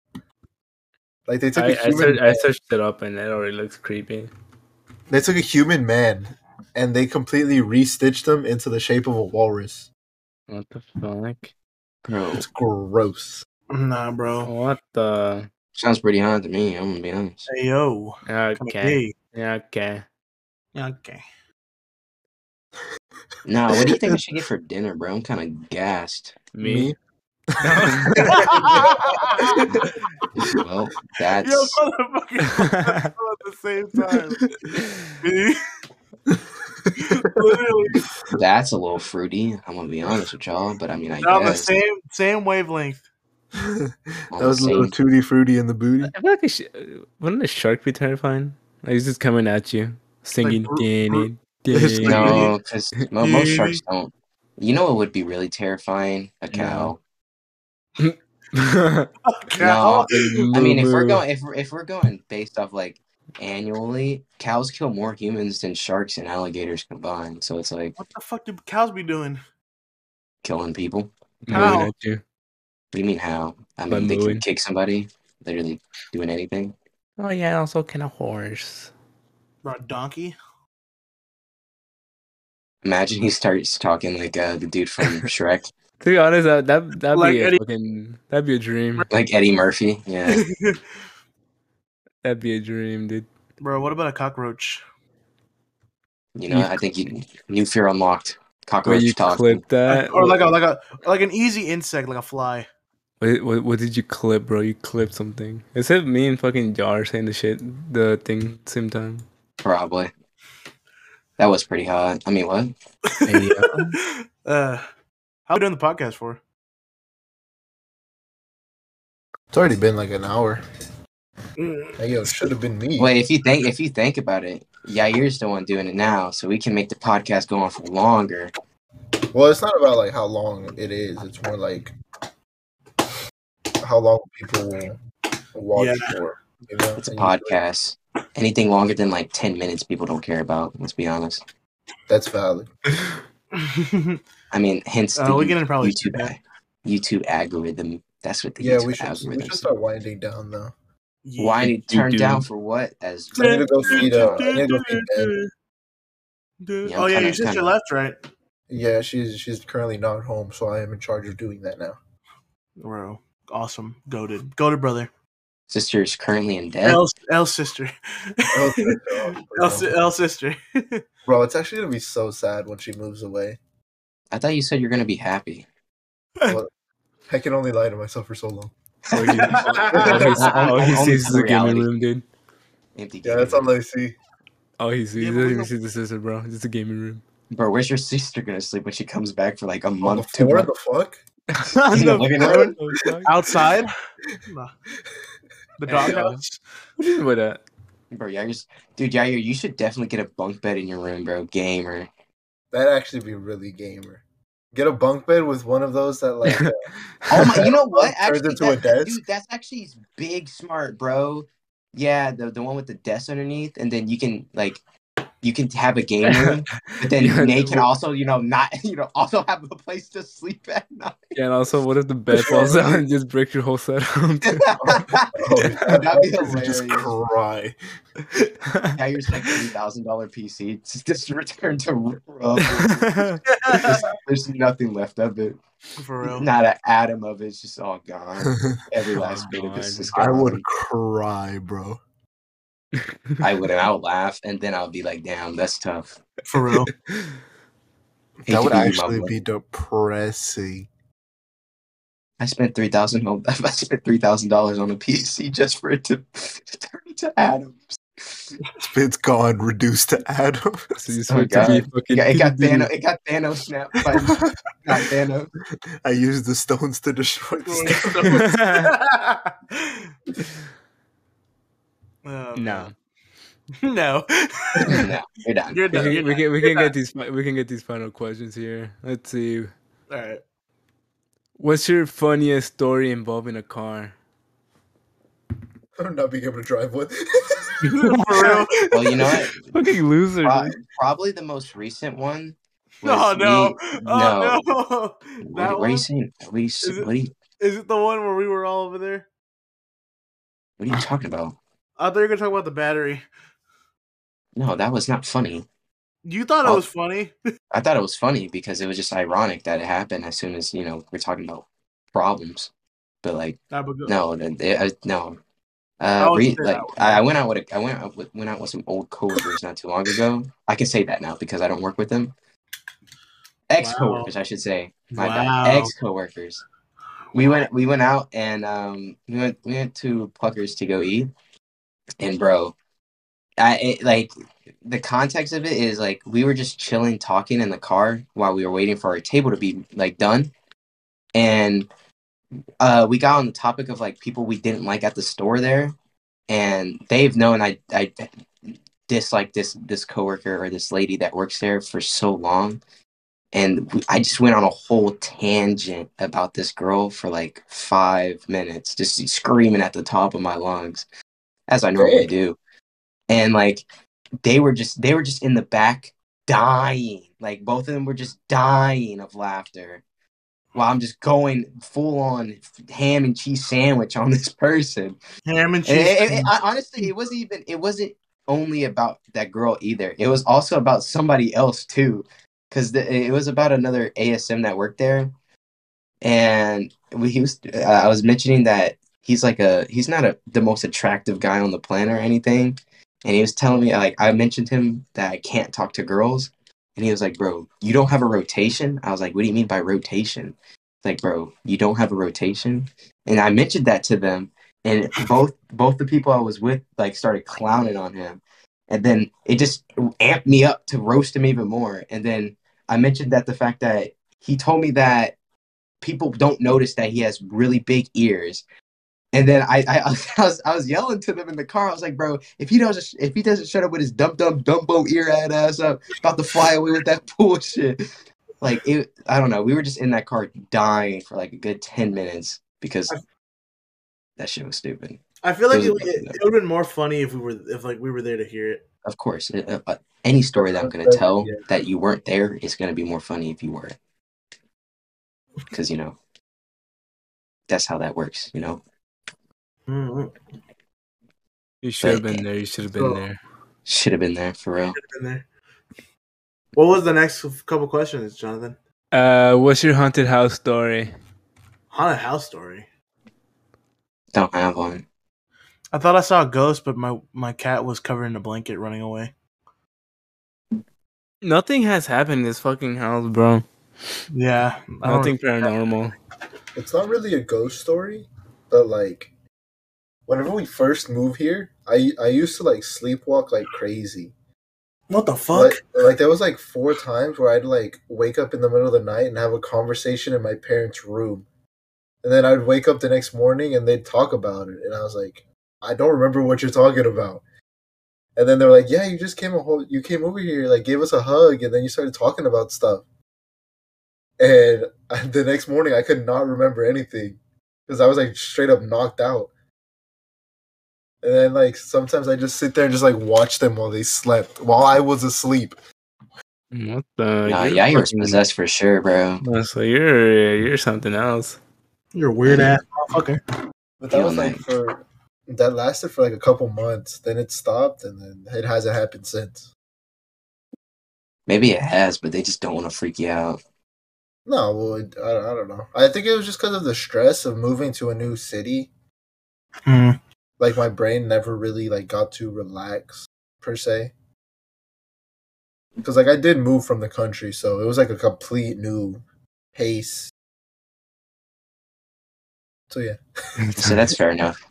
Like they took a
I, I,
human,
searched, I
man-
searched it up and it already looks creepy.
they took a human man, and they completely restitched them into the shape of a walrus.
What the fuck?
Bro,
It's gross.
Nah, bro.
What the?
sounds pretty hot to me. I'm gonna be honest.
Hey, yo.
Okay.
Okay.
Yeah, okay.
Okay.
Nah, what do you think I should get for dinner, bro? I'm kind of gassed.
Me?
Well,
Yo,
that's
motherfucker. at the same time. Literally,
that's a little fruity. I'm gonna be honest with y'all, but I mean, I
we're on the
guess.
same same wavelength.
that
on
was
the
a little
same-
tutti fruity in the booty.
I feel like a sh- wouldn't a shark be terrifying? Like he's just coming at you, singing.
brr,
"Danny,
It's like-
Danny."
No, because most sharks don't. You know what would be really terrifying? A cow.
Cow.
I mean, if we're
Moo.
going, if we're- if we're going based off like annually, cows kill more humans than sharks and alligators combined. So it's like
What the fuck do cows be doing?
killing people.
Moving
Ow.
at you.
What do you mean how? I
By
mean, they
mooing.
can kick somebody, literally doing anything.
Oh yeah, also kind of horse.
Bro, a donkey?
Imagine he starts talking like uh, the dude from Shrek.
To be honest, that that that'd
Like
be a
Eddie-
fucking that'd be a dream.
Like Eddie Murphy. Yeah.
That'd be a dream, dude.
Bro, what about a cockroach?
You know,
You-
I think you new fear unlocked.
Where
Cockroach
you
talk.
clip
Uh,
that?
or like a like a like an easy insect, like a fly.
What, what what did you clip, bro? You clipped something. Except me and fucking Jar saying the shit, the thing same time.
Probably. That was pretty hot. I mean, what?
Hey, uh,
uh, how we doing the podcast for?
It's already been like an hour.
Mm,
Like, yo, should have been me.
Wait, if you think if you think about it, Yair's the one doing it now, so we can make the podcast go on for longer.
Well, it's not about like how long it is. It's more like how long people will watch
Yeah.
for. You know?
It's a
And usually
podcast. Anything longer than like ten minutes, people don't care about. Let's be honest.
That's valid.
I mean, hence the
uh, we can probably
YouTube a- YouTube algorithm. That's what the
Yeah,
YouTube
we should we
algorithm.
should start winding down though.
Why did
You
turn
do.
down for what? As
I need to go feed, uh, I need to go feed Ben.
Yeah, I'm
oh yeah,
kinda-
your sister
kinda-
left, right?
Yeah, she's she's currently not home, so I am in charge of doing that now.
Bro, awesome, goaded, goaded brother,
sister's currently in debt.
L, L sister,
L sister, oh,
L,
bro.
si- L sister.
Bro, it's actually gonna be so sad when she moves away.
I thought you said you're gonna be happy.
I can only lie to myself for so long.
all he, all he, all he
Only
sees is the gaming
reality.
room, dude.
Empty.
Yeah,
game.
that's all I see.
All he sees,
Yeah,
he
but
doesn't
we
even
don't-
see the sister, bro. Just the gaming room.
Bro, where's your sister gonna sleep when she comes back for like a
On the
month? Two
floor,
months?
the fuck?
In the living
What
room?
the fuck?
Outside, Nah. the
Hey,
dog
yo.
house.
What do uh, you mean by that?
Bro, Yair's dude, Yair, you should definitely get a bunk bed in your room, bro. Gamer.
That'd actually be really gamer. Get a bunk bed with one of those that like uh,
Oh my, you know what?
Turns
Actually,
into a
that- that-
desk?
dude, that's actually big smart, bro. Yeah, the the one with the desk underneath, and then you can like you can have a game room, but then
Yeah,
Nate can
dude.
also, you know, not you know, also have a place to sleep at night.
Yeah, and also, what if the bed falls down and just breaks your whole setup? dude?
oh,
That'd be
you
hilarious.
just cry.
Yair's like three thousand dollar PC. Just, just return to rub. there's, there's nothing left of it.
for real.
Not an atom of it. It's just all gone. Every
Oh,
last bit of this
God.
is gone.
I would cry, bro.
I wouldn't. I would laugh, and then I'll be like, "Damn, that's tough."
For real.
That
Hate to
would
be you,
actually
Mamba.
be depressing.
I spent three thousand. I spent three thousand dollars on a PC just for it to turn into atoms.
It's gone, reduced to atom.
So you
Oh,
swear to be
God.
fucking.
Yeah, it got Thanos.
PDD.
It got Thanos snapped. By, not Thanos.
I used the stones to destroy the stone.
Oh,
No,
no.
No, you're done.
You're
we
done.
can,
You're
we
done.
can, we can get these fi- we can get these final questions here. Let's see.
All right.
What's your funniest story involving a car?
I'm not being able to drive one.
For real.
Well, you know what?
Fucking loser.
Pro-
dude.
probably the most recent one.
Oh
was
no.
me-
Oh no.
What,
That
what are
one?
you saying? What are you, s-
Is it-
what, are you,
Is it the one where we were all over there?
what are you talking about?
I thought you were gonna talk about the battery.
No, that was not funny.
You thought it
Oh.
was funny.
I thought it was funny because it was just ironic that it happened as soon as you know we're talking about problems. But like,
Nah, but go-
no, the- the- I, no.
I
Uh,
would
re-
say
like
that one.
I I went out with a, I went out with, went out with some old coworkers not too long ago. I can say that now because I don't work with them. Ex coworkers, I should say. My
Wow.
bad. Ex coworkers. We went we went out and um we went we went to Pluckers to go eat, and bro, I it, like the context of it is like we were just chilling talking in the car while we were waiting for our table to be like done, and uh we got on the topic of like people we didn't like at the store there, and they've known I I dislike this this coworker or this lady that works there for so long and w- I just went on a whole tangent about this girl for like five minutes, just screaming at the top of my lungs, as I normally do. And like they were just they were just in the back dying, like both of them were just dying of laughter, while I'm just going full on ham and cheese sandwich on this person.
ham and cheese.
And it- it- it- I- honestly, it wasn't even. It wasn't only about that girl either. It was also about somebody else too, because it was about another ASM that worked there, and we, he was uh, i was mentioning that he's like a he's not a the most attractive guy on the planet or anything and he was telling me like i mentioned him that i can't talk to girls and he was like bro you don't have a rotation i was like what do you mean by rotation He's like bro you don't have a rotation and i mentioned that to them and both both the people i was with like started clowning on him and then it just amped me up to roast him even more and then i mentioned that the fact that he told me that people don't notice that he has really big ears. And then I, I, I was I was yelling to them in the car. I was like, "Bro, if he doesn't if he doesn't shut up with his dumb dumb Dumbo ear ad ass up, about to fly away with that bullshit." Like it, I don't know. We were just in that car dying for like a good ten minutes because that shit was stupid.
I feel like it,
Those are
would- it,
fucking
would have been more funny if we were if like we were there to hear it.
Of course, it- uh, uh, any story that I'm gonna tell that you weren't there is gonna be more funny if you were, because you know that's how that works. You know.
Mm-hmm.
You should have been there. You should have been
So-
there.
Should have been there for real.
There. What was the next couple questions, Jonathan?
Uh, what's your haunted house story?
Haunted house story.
Don't have one.
I thought I saw a ghost, but my my cat was covered in a blanket running away.
Nothing has happened in this fucking house, bro.
Yeah, I don't
Nothing paranormal.
It's not really a ghost story, but like whenever we first moved here, I I used to like sleepwalk like crazy.
What the fuck?
Like, like there was like four times where I'd like wake up in the middle of the night and have a conversation in my parents' room, and then I'd wake up the next morning and they'd talk about it, and I was like, I don't remember what you're talking about. And then they're like, Yeah, you just came a whole, you came over here, like gave us a hug, and then you started talking about stuff. And the next morning, I could not remember anything because I was like straight up knocked out. And then like sometimes I just sit there and just like watch them while they slept while I was asleep.
What the?
nah,
you're
Yair was
fucking-
possessed for sure, bro.
Oh, So you're you're something else.
You're a weird ass motherfucker.
But that
Yeah,
was like
man.
for that lasted for like a couple months. Then it stopped, and then it hasn't happened since.
Maybe it has, but they just don't want to freak you out.
No, well, it, I, I don't know. I think it was just because of the stress of moving to a new city.
Hmm.
Like my brain never really like got to relax per se. Because like I did move from the country, so it was like a complete new pace. So yeah.
So that's fair enough.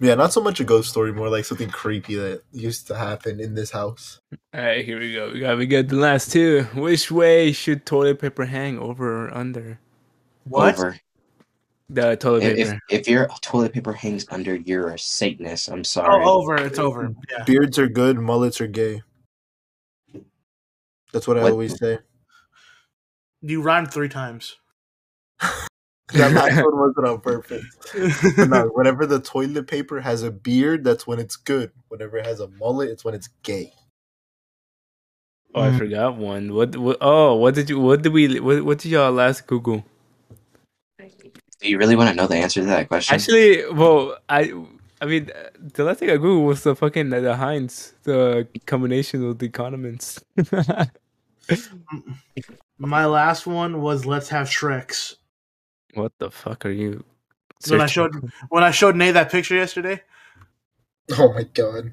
Yeah, not so much a ghost story, more like something creepy that used to happen in this house.
All right, here we go. We got we got the last two. Which way should toilet paper hang over or under?
What?
Over.
The toilet
If, if
paper.
if your toilet paper hangs under, you're a Satanist. I'm sorry.
Oh, over. It's over. Yeah.
Beards are good, mullets are gay. That's what, I
What?
always say.
You rhymed three times.
That last one wasn't on purpose. But no, whenever the toilet paper has a beard, that's when it's good. Whenever it has a mullet, it's when it's gay.
Oh, I forgot one. What, what? Oh, what did you? What did we? What, what did y'all last Google?
Do you really want to know the answer to that question?
Actually, well, I. I mean, uh, the last thing I Googled was the fucking uh, the, the Heinz, the combination of the condiments.
My last one was let's have Shreks.
what the fuck are you?
When I
searching?
showed when I showed Nate that picture yesterday,
Oh my god.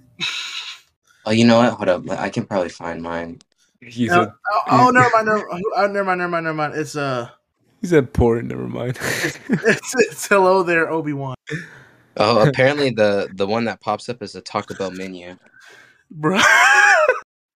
oh, you know what? Hold up. I can probably find mine.
He
No.
said.
Oh, oh never mind, never, oh, never mind, never mind, never mind. It's uh,
He said porn. Never mind.
it's, it's hello there, Obi Wan,
Oh, apparently the the one that pops up is a Taco Bell menu.
bro.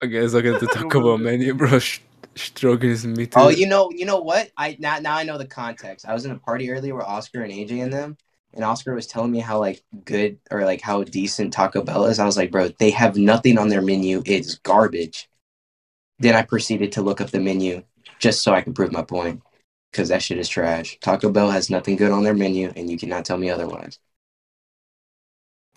okay, let's look at the Taco Bell menu, bro. Sh- stroking his meat.
Oh, you know, you know what? I now now I know the context. I was in a party earlier with Oscar and AJ and them, and Oscar was telling me how like good or like how decent Taco Bell is. I was like, bro, they have nothing on their menu. It's garbage. Then I proceeded to look up the menu just so I could prove my point, because that shit is trash. Taco Bell has nothing good on their menu, and you cannot tell me otherwise.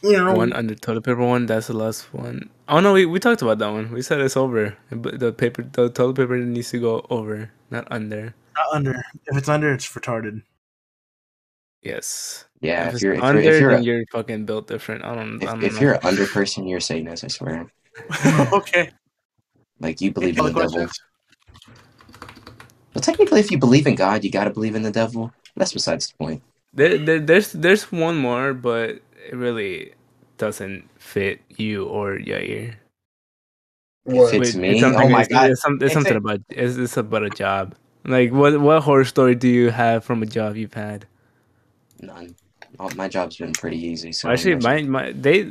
you know,
One under toilet paper one. That's the last one. Oh no, we, we talked about that one. We said it's over. But the paper, the toilet paper needs to go over, not under.
not under. If it's under, it's retarded.
Yes.
Yeah,
if
if
it's
you're if
under,
you're if you're
then
a,
you're fucking built different. I don't. I
if,
don't
if
know.
you're an under person, you're a Satanist. I swear.
okay.
Hmm.
Like you believe in
Any
the
other
devil.
questions?
But technically, if you believe in God, you gotta believe in the devil. That's besides the point.
There, there, there's there's one more, but it really doesn't fit you or your ear.
What?
Fits
Wait,
me?
It's something,
Oh my
it's,
God.
It's, some- it's
It's
something
a-
about it's, it's about a job. Like what what horror story do you have from a job you've had?
None. Oh, my job's been pretty easy. So
Actually,
I'm-
my my they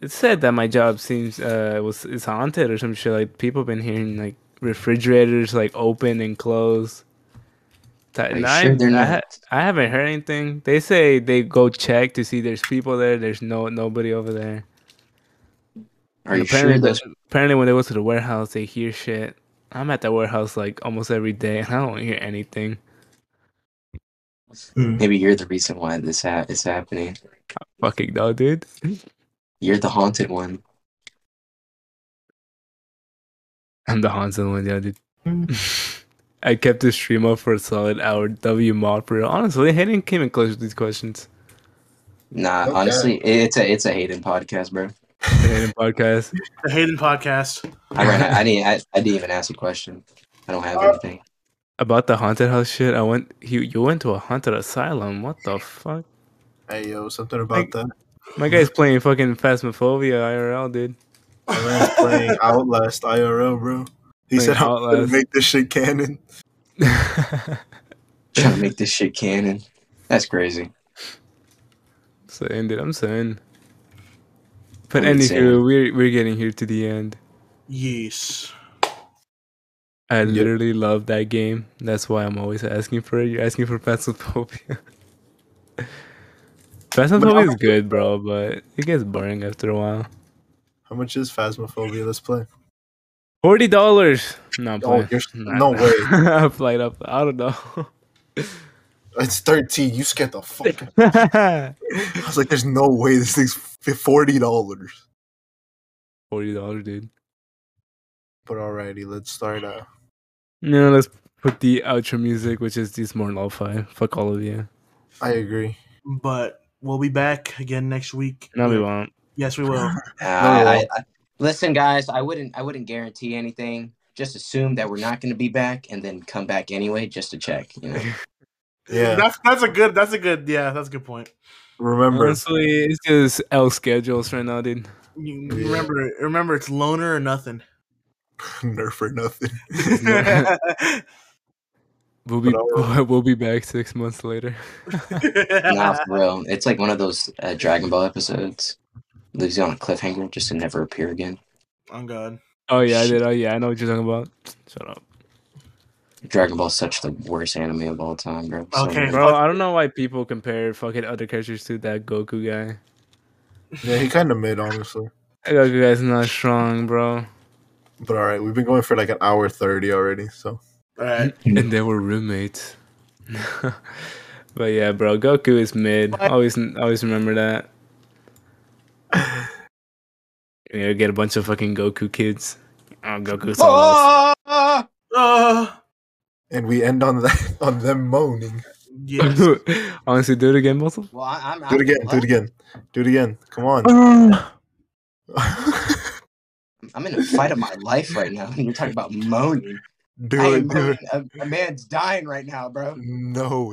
it said that my job seems uh was it's haunted or some shit. Like people been hearing like refrigerators like open and close. Ta-
Are you
and
sure they're
I,
not?
ha- I haven't heard anything. They say they go check to see there's people there. There's no nobody over there.
Are you
apparently,
sure
the-
those?
apparently when they go to the warehouse, they hear shit. I'm at the warehouse like almost every day, and I don't hear anything.
Maybe you're the reason why this ha- is happening.
Fucking no, dude.
You're the haunted one.
I'm the Hansen one, yeah, dude. I kept this stream up for a solid hour. W mod for real. Honestly, Hayden came in close with these questions.
Nah,
Okay.
honestly, it- it's a it's a Hayden podcast, bro.
Hayden podcast.
The Hayden podcast.
I ran. out- I didn't. I, I didn't even ask a question. I don't have anything.
About the haunted house shit, I went. He, you went to a haunted asylum. What the fuck?
Hey yo, something about that.
My guy's playing fucking Phasmophobia IRL, dude.
My man's playing Outlast IRL, bro. He
Playing
said I'm gonna
Outlast.
make this shit canon.
Trying to make this shit canon. That's crazy.
saying, dude, I'm saying. But
I'm
anywho,
saying.
we're we're getting here to the end.
Yes.
I
Yep.
literally love that game. That's why I'm always asking for it. You're asking for Phasmophobia. Phasmophobia is good, bro, but it gets boring after a while.
How much is Phasmophobia? Let's play.
Forty dollars. No, I'm
Oh,
playing.
you're,
Nah,
no
nah.
way.
I played up. I don't know.
It's 13. You scared the fuck. out of me. I was like, there's no way this thing's f- forty dollars.
Forty dollars, dude.
But alrighty, let's start. Uh,
No, let's put the outro music, which is these more lo-fi. Fuck all of you.
I agree.
But we'll be back again next week.
No, we won't.
Yes, we will.
Uh, I, I, listen, guys. I wouldn't. I wouldn't guarantee anything. Just assume that we're not going to be back, and then come back anyway, just to check. You know.
Yeah,
That's that's a good that's a good yeah, that's a good point.
remember.
Honestly, it's just L schedules right now, dude.
You
Yeah.
Remember remember it's loner or nothing.
Nerf for nothing.
We'll be
But
we'll be back six months later.
nah, for real. It's like one of those uh, Dragon Ball episodes. Leaves you on a cliffhanger just to never appear again.
oh god.
Oh yeah, I did. Oh yeah, I know what you're talking about. Shut up,
Dragon Ball's such the worst anime of all time, bro.
Okay.
bro. I don't know why people compare fucking other characters to that Goku guy.
Yeah, he kind of mid, honestly.
That Goku guy's not strong, bro.
But all right, we've been going for like an hour thirty already. So
Alright.
And they were roommates. but yeah, bro, Goku is mid. Always, always remember that. You're gonna get a bunch of fucking Goku kids. Oh, Goku's all us.
Uh,
and we end on that on them moaning.
yes.
Honestly, do it again, Muscle.
Well, I, I'm,
Do it again. Do it again. Do it again. Come on.
I'm in a fight of my life right now, and you're talking about moaning.
do
I
it.
am
Do it.
moaning. A, a man's dying right now, bro.
No,